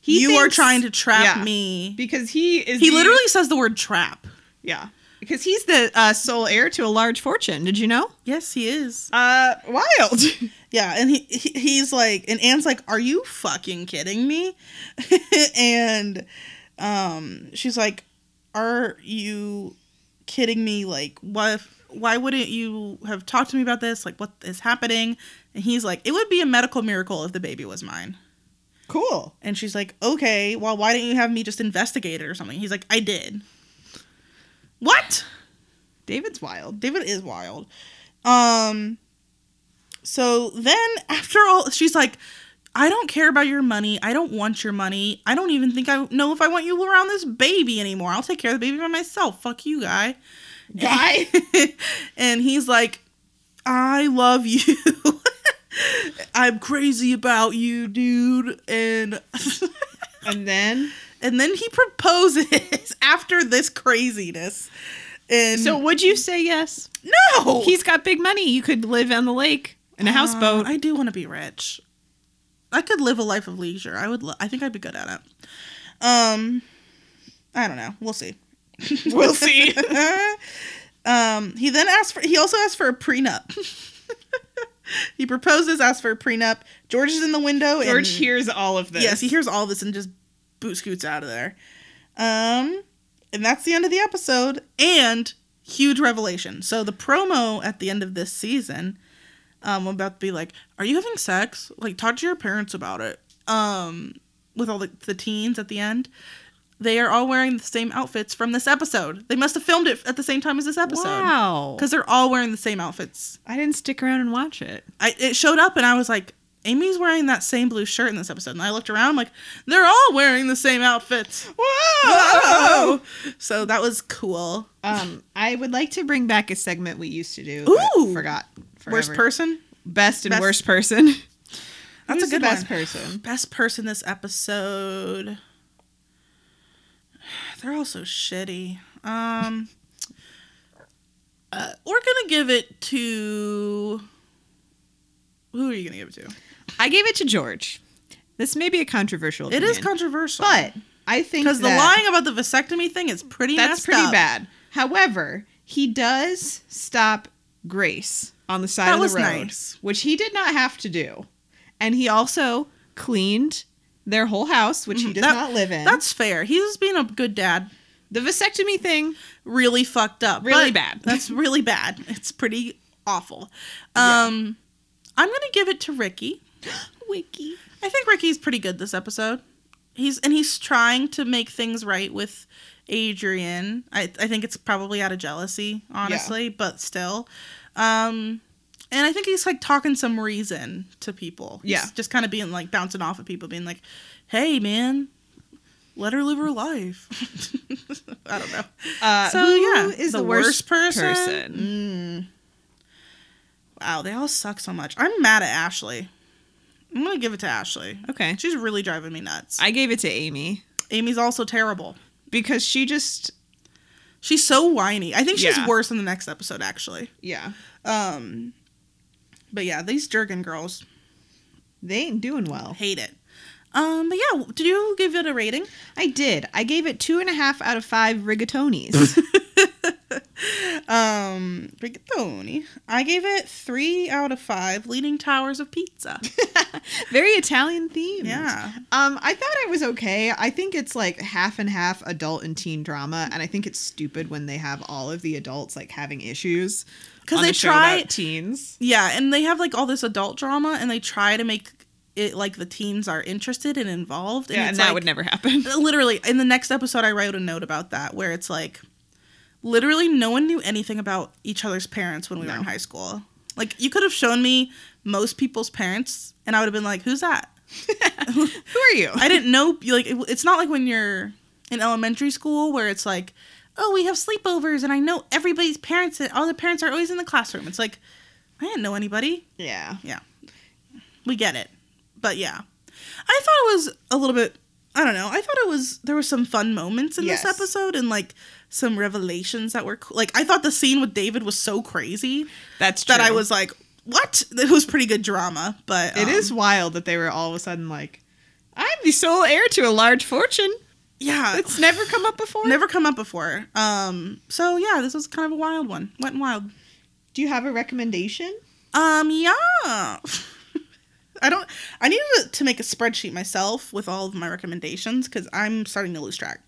[SPEAKER 1] He
[SPEAKER 2] "You are
[SPEAKER 1] thinks-
[SPEAKER 2] trying to trap
[SPEAKER 1] yeah.
[SPEAKER 2] me."
[SPEAKER 1] because he is.
[SPEAKER 2] He
[SPEAKER 1] the-
[SPEAKER 2] literally says the word trap.
[SPEAKER 1] yeah, because he's the uh, sole heir to a large fortune. Did you know?
[SPEAKER 2] Yes, he is.
[SPEAKER 1] Uh, wild.
[SPEAKER 2] Yeah, and he, he he's like, and Anne's like, "Are you fucking kidding me?" and um, she's like, "Are you kidding me? Like, what? Why wouldn't you have talked to me about this? Like, what is happening?" And he's like, "It would be a medical miracle if the baby was mine."
[SPEAKER 1] cool.
[SPEAKER 2] And she's like, okay, well, why didn't you have me just investigate it or something? He's like, I did. What?
[SPEAKER 1] David's wild.
[SPEAKER 2] David is wild. Um, so then after all, she's like, I don't care about your money. I don't want your money. I don't even think I know if I want you around this baby anymore. I'll take care of the baby by myself. Fuck you, guy.
[SPEAKER 1] Guy.
[SPEAKER 2] and he's like, I love you. I'm crazy about you, dude. And
[SPEAKER 1] and then,
[SPEAKER 2] And then he proposes after this craziness. And Oh.
[SPEAKER 1] so would you say yes?
[SPEAKER 2] no,
[SPEAKER 1] He's got big money. You could live on the lake in a
[SPEAKER 2] Uh,
[SPEAKER 1] houseboat.
[SPEAKER 2] I do want to be rich. I could live a life of leisure. I would. Lo- I think I'd be good at it. Um, I don't know. We'll see.
[SPEAKER 1] We'll see.
[SPEAKER 2] um, he then asked for. He also asked for a prenup. he proposes, asks for a prenup. George is in the window.
[SPEAKER 1] George
[SPEAKER 2] Uh, and-
[SPEAKER 1] hears all of this.
[SPEAKER 2] Yes, he hears all this and just boot scoots out of there. Um, and that's the end of the episode. And huge revelation. So the promo at the end of this season, um, I'm about to be like, "Are you having sex? Like, talk to your parents about it." Um, with all the, the teens at the end, they are all wearing the same outfits from this episode. They must have filmed it at the same time as this episode
[SPEAKER 1] Wow.
[SPEAKER 2] because they're all wearing the same outfits.
[SPEAKER 1] I didn't stick around and watch it.
[SPEAKER 2] I it showed up and I was like, Amy's wearing that same blue shirt in this episode. And I looked around, I'm like, they're all wearing the same outfits. Whoa! So that was cool.
[SPEAKER 1] Um, I would like to bring back a segment we used to do. but
[SPEAKER 2] Ooh.
[SPEAKER 1] forgot.
[SPEAKER 2] Worst
[SPEAKER 1] forever.
[SPEAKER 2] person?
[SPEAKER 1] best and
[SPEAKER 2] Best-
[SPEAKER 1] worst person.
[SPEAKER 2] That's
[SPEAKER 1] Who's
[SPEAKER 2] a good
[SPEAKER 1] the best
[SPEAKER 2] one.
[SPEAKER 1] person.
[SPEAKER 2] Best person this episode. They're all so shitty. Um uh, we're gonna give it to who are you gonna give it to?
[SPEAKER 1] I gave it to George. This may be a controversial.
[SPEAKER 2] It is
[SPEAKER 1] opinion,
[SPEAKER 2] controversial.
[SPEAKER 1] but I think
[SPEAKER 2] because the
[SPEAKER 1] that-
[SPEAKER 2] lying about the vasectomy thing is pretty
[SPEAKER 1] That's
[SPEAKER 2] messed
[SPEAKER 1] pretty
[SPEAKER 2] up.
[SPEAKER 1] bad. However, he does stop Grace on the side
[SPEAKER 2] That
[SPEAKER 1] of the
[SPEAKER 2] was
[SPEAKER 1] road,
[SPEAKER 2] nice.
[SPEAKER 1] which he did not have to do, and he also cleaned their whole house, which he
[SPEAKER 2] Mhm.
[SPEAKER 1] does
[SPEAKER 2] That-
[SPEAKER 1] not live in.
[SPEAKER 2] That's fair. He's just being a good dad.
[SPEAKER 1] the vasectomy thing.
[SPEAKER 2] Really fucked up.
[SPEAKER 1] Really
[SPEAKER 2] but
[SPEAKER 1] bad.
[SPEAKER 2] That's really bad. It's pretty awful.
[SPEAKER 1] Yeah.
[SPEAKER 2] Um, I'm gonna give it to Ricky.
[SPEAKER 1] Wiki.
[SPEAKER 2] I think Ricky's pretty good this episode. He's and he's trying to make things right with Adrian. I I think it's probably out of jealousy, honestly, but still. Um and I think he's like talking some reason to people. He's
[SPEAKER 1] Yeah.
[SPEAKER 2] Just kind of being like bouncing off of people, being like, Hey man, let her live her life. I don't know.
[SPEAKER 1] Uh,
[SPEAKER 2] So,
[SPEAKER 1] who
[SPEAKER 2] yeah,
[SPEAKER 1] is
[SPEAKER 2] the
[SPEAKER 1] the,
[SPEAKER 2] worst
[SPEAKER 1] worst,
[SPEAKER 2] person?
[SPEAKER 1] person?
[SPEAKER 2] Wow, they all suck so much. I'm mad at Ashley. I'm gonna give it to Ashley.
[SPEAKER 1] Okay,
[SPEAKER 2] She's really driving me nuts.
[SPEAKER 1] I gave it to Amy
[SPEAKER 2] Amy's also terrible.
[SPEAKER 1] because she just
[SPEAKER 2] She's so whiny. I think she's
[SPEAKER 1] Yeah.
[SPEAKER 2] worse in the next episode, actually.
[SPEAKER 1] yeah
[SPEAKER 2] Um, but yeah, these Jergen girls
[SPEAKER 1] they ain't doing well.
[SPEAKER 2] hate it. Um, but yeah, did you give it a rating?
[SPEAKER 1] I did. I gave it two and a half out of five rigatonis.
[SPEAKER 2] Um, rigatoni. I gave it three out of five leaning towers of pizza.
[SPEAKER 1] Very Italian themed.
[SPEAKER 2] yeah,
[SPEAKER 1] Um, I thought I was okay. I think it's like half and half adult and teen drama, and I think it's stupid when they have all of the adults like having issues
[SPEAKER 2] because
[SPEAKER 1] on
[SPEAKER 2] they
[SPEAKER 1] a show
[SPEAKER 2] try.
[SPEAKER 1] about teens.
[SPEAKER 2] Yeah, and they have like all this adult drama, and they try to make it like the teens are interested and involved.
[SPEAKER 1] Yeah, and,
[SPEAKER 2] it's
[SPEAKER 1] that
[SPEAKER 2] like-
[SPEAKER 1] would never happen.
[SPEAKER 2] literally in the next episode i wrote a note about that where it's like literally no one knew anything about each other's parents when we were
[SPEAKER 1] No.
[SPEAKER 2] in high school like you could have shown me most people's parents and i would have been like who's that
[SPEAKER 1] Who are you?
[SPEAKER 2] i didn't know you- like it, it's not like when you're in elementary school where it's like oh we have sleepovers and i know everybody's parents and all the parents are always in the classroom it's like i didn't know anybody
[SPEAKER 1] yeah.
[SPEAKER 2] we get it. But yeah. I thought it was a little bit I don't know. I thought it was there were some fun moments in this
[SPEAKER 1] Yes.
[SPEAKER 2] episode and like some revelations that were cool. Like I thought the scene with David was so crazy
[SPEAKER 1] That's true.
[SPEAKER 2] that I was like, "What?" It was pretty good drama, but
[SPEAKER 1] It
[SPEAKER 2] um,
[SPEAKER 1] is wild that they were all of a sudden like, I'm the sole heir to a large fortune.
[SPEAKER 2] Yeah.
[SPEAKER 1] That's never come up before.
[SPEAKER 2] never come up before. Um so yeah, this was kind of a wild one. Went wild.
[SPEAKER 1] Do you have a recommendation?
[SPEAKER 2] Um, yeah. I don't. I need to, to make a spreadsheet myself with all of my recommendations because I'm starting to lose track.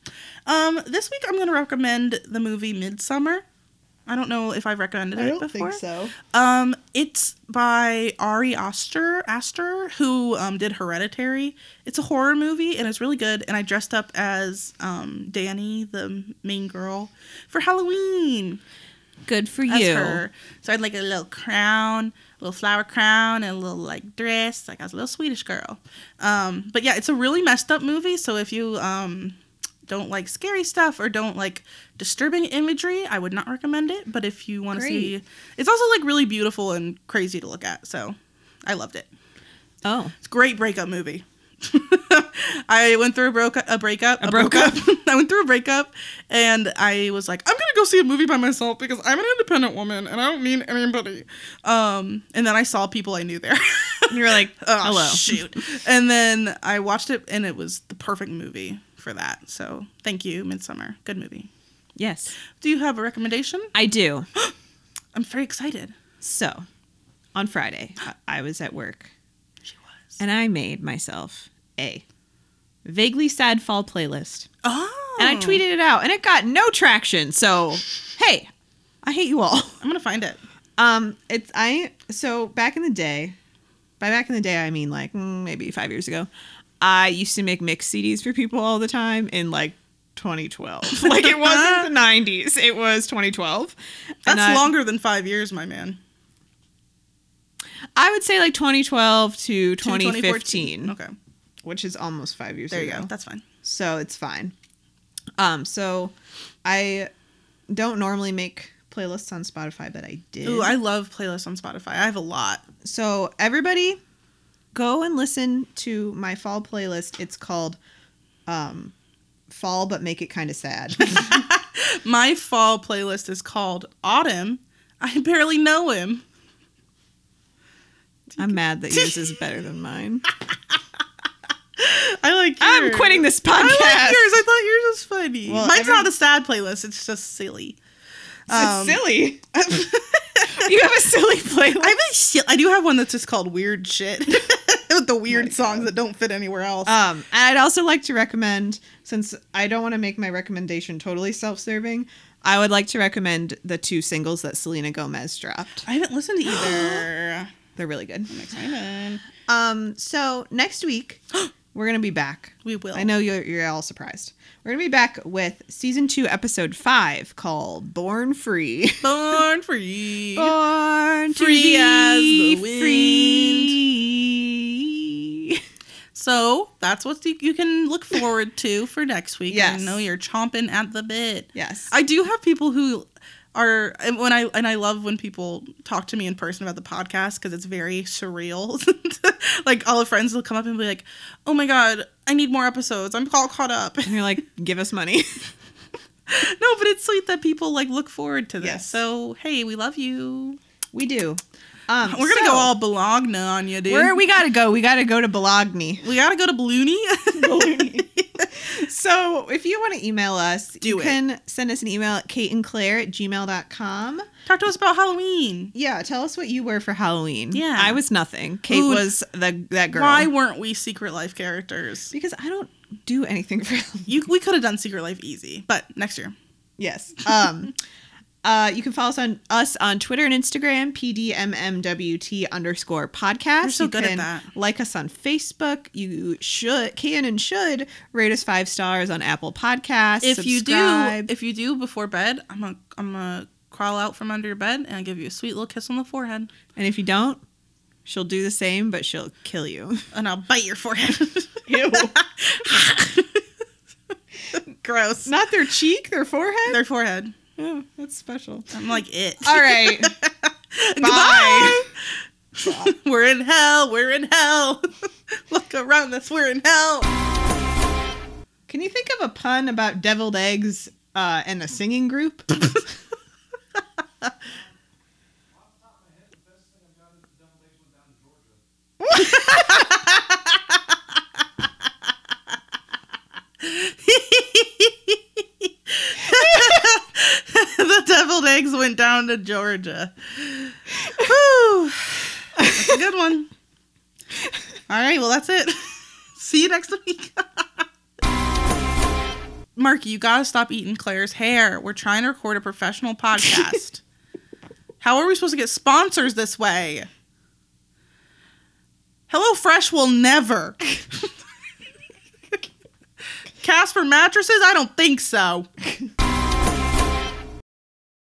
[SPEAKER 2] Um, this week I'm going to recommend the movie Midsummer. I don't know if I've recommended it before.
[SPEAKER 1] so.
[SPEAKER 2] Um, it's by Ari Aster, Aster, who um, did Hereditary. It's a horror movie and it's really good. And I dressed up as um, Danny, the main girl, for Halloween
[SPEAKER 1] Good for
[SPEAKER 2] as her. So I had like a little crown, a little flower crown, and a little like dress. Like I was a little Swedish girl. Um, but yeah, it's a really messed up movie. So if you um, don't like scary stuff or don't like disturbing imagery, I would not recommend it. But if you want to
[SPEAKER 1] Great.
[SPEAKER 2] see, it's also like really beautiful and crazy to look at. So I loved it.
[SPEAKER 1] Oh.
[SPEAKER 2] It's a great breakup movie. I went through a, broke- a breakup.
[SPEAKER 1] A broke-up.
[SPEAKER 2] I went through a breakup, and I was like, I'm gonna go see a movie by myself because I'm an independent woman and I don't need anybody. Um, and then I saw people I knew there.
[SPEAKER 1] You were like,
[SPEAKER 2] oh,
[SPEAKER 1] hello.
[SPEAKER 2] shoot! And then I watched it, and it was the perfect movie for that. So thank you, Midsummer. Good movie.
[SPEAKER 1] Yes.
[SPEAKER 2] Do you have a recommendation?
[SPEAKER 1] I do.
[SPEAKER 2] I'm very excited.
[SPEAKER 1] So, on Friday, I I was at work
[SPEAKER 2] She was.
[SPEAKER 1] and I made myself a vaguely sad fall playlist.
[SPEAKER 2] Oh.
[SPEAKER 1] And I tweeted it out and it got no traction. So, hey, I hate you all.
[SPEAKER 2] I'm gonna find it.
[SPEAKER 1] Um, it's I so back in the day, by back in the day I mean like mm, maybe five years ago, I used to make mix CDs for people all the time in like 2012. like it wasn't the 90s, it was 2012.
[SPEAKER 2] That's
[SPEAKER 1] And I,
[SPEAKER 2] longer than five years, my man.
[SPEAKER 1] I would say like 2012 to
[SPEAKER 2] To
[SPEAKER 1] 2015,
[SPEAKER 2] Okay.
[SPEAKER 1] which is almost five years
[SPEAKER 2] There you
[SPEAKER 1] ago.
[SPEAKER 2] go. That's fine.
[SPEAKER 1] so it's fine. Um, so I don't normally make playlists on Spotify, but I did.
[SPEAKER 2] Ooh, I love playlists on Spotify. I have a lot.
[SPEAKER 1] So everybody, go and listen to my fall playlist. It's called um, "Fall," but make it kind of sad.
[SPEAKER 2] My fall playlist is called Autumn. I barely know him.
[SPEAKER 1] I'm mad that yours is better than mine.
[SPEAKER 2] I like.
[SPEAKER 1] I'm
[SPEAKER 2] yours.
[SPEAKER 1] quitting this
[SPEAKER 2] I like
[SPEAKER 1] podcast.
[SPEAKER 2] yours. I thought yours was funny.
[SPEAKER 1] Well,
[SPEAKER 2] Mine's
[SPEAKER 1] every-
[SPEAKER 2] not a sad playlist. It's just silly. Um,
[SPEAKER 1] It's silly. you have a silly playlist.
[SPEAKER 2] I have a shi- I do have one that's just called Weird Shit with the weird
[SPEAKER 1] My
[SPEAKER 2] songs that don't fit anywhere else.
[SPEAKER 1] Um, and I'd also like to recommend, since I don't want to make my recommendation totally self-serving, I would like to recommend the two singles that Selena Gomez dropped.
[SPEAKER 2] I haven't listened to either.
[SPEAKER 1] They're really good.
[SPEAKER 3] I'm excited.
[SPEAKER 1] Um, so next week we're gonna be back.
[SPEAKER 2] We will.
[SPEAKER 1] I know you're you're all surprised. We're gonna be back with season two, episode five, called "Born Free."
[SPEAKER 2] Born free.
[SPEAKER 1] Born
[SPEAKER 2] Free
[SPEAKER 1] to be
[SPEAKER 2] as the wind.
[SPEAKER 1] Free.
[SPEAKER 2] So that's what you you can look forward to for next week.
[SPEAKER 1] Yes.
[SPEAKER 2] I know you're chomping at the bit.
[SPEAKER 1] Yes.
[SPEAKER 2] I do have people who are and when I and I love when people talk to me in person about the podcast because it's very surreal. like all the friends will come up and be like, "Oh my god, I need more episodes. I'm all caught up."
[SPEAKER 1] and you're like, give us money.
[SPEAKER 2] no, but it's sweet that people like look forward to this.
[SPEAKER 1] Yes.
[SPEAKER 2] So hey, we love you.
[SPEAKER 1] we do. Um,
[SPEAKER 2] We're gonna
[SPEAKER 1] so-
[SPEAKER 2] go all Bologna on you, dude.
[SPEAKER 1] Where we gotta go? We gotta go to Bologna.
[SPEAKER 2] We gotta go to Balloony.
[SPEAKER 1] So if you want to email us,
[SPEAKER 2] Do
[SPEAKER 1] you
[SPEAKER 2] it.
[SPEAKER 1] can send us an email at kateandclaire at gmail.com.
[SPEAKER 2] Talk to us about Halloween.
[SPEAKER 1] Yeah, tell us what you were for Halloween.
[SPEAKER 2] Yeah.
[SPEAKER 1] I was nothing. Kate
[SPEAKER 2] Ooh.
[SPEAKER 1] was the that girl.
[SPEAKER 2] Why weren't we Secret Life characters?
[SPEAKER 1] Because I don't do anything for Halloween.
[SPEAKER 2] You, we could have done Secret Life easy, but next year.
[SPEAKER 1] Yes. Um uh you can follow us on us on Twitter and Instagram, PDMMWT underscore podcast.
[SPEAKER 2] You're so
[SPEAKER 1] You
[SPEAKER 2] good at
[SPEAKER 1] can
[SPEAKER 2] that.
[SPEAKER 1] Like us on Facebook. You should can and should rate us five stars on Apple Podcasts.
[SPEAKER 2] If you do,
[SPEAKER 1] subscribe.
[SPEAKER 2] if you do before bed, I'm gonna I'm gonna crawl out from under your bed and I'll give you a sweet little kiss on the forehead,
[SPEAKER 1] and if you don't, she'll do the same, but she'll kill you.
[SPEAKER 2] and I'll bite your forehead.
[SPEAKER 1] Ew.
[SPEAKER 2] Gross.
[SPEAKER 1] Not their cheek, their forehead.
[SPEAKER 2] Their forehead.
[SPEAKER 1] oh, that's special.
[SPEAKER 2] I'm like it.
[SPEAKER 1] All right.
[SPEAKER 2] Goodbye. we're in hell. We're in hell. Look around us. We're in hell.
[SPEAKER 1] Can you think of a pun about deviled eggs uh, and a singing group?
[SPEAKER 2] the deviled eggs went down to Georgia. Whew. That's a good one. All right, well, that's it. See you next week. Mark, you gotta stop eating Claire's hair. We're trying to record a professional podcast. How are we supposed to get sponsors this way? Hello Fresh will never. Casper mattresses? I don't think so.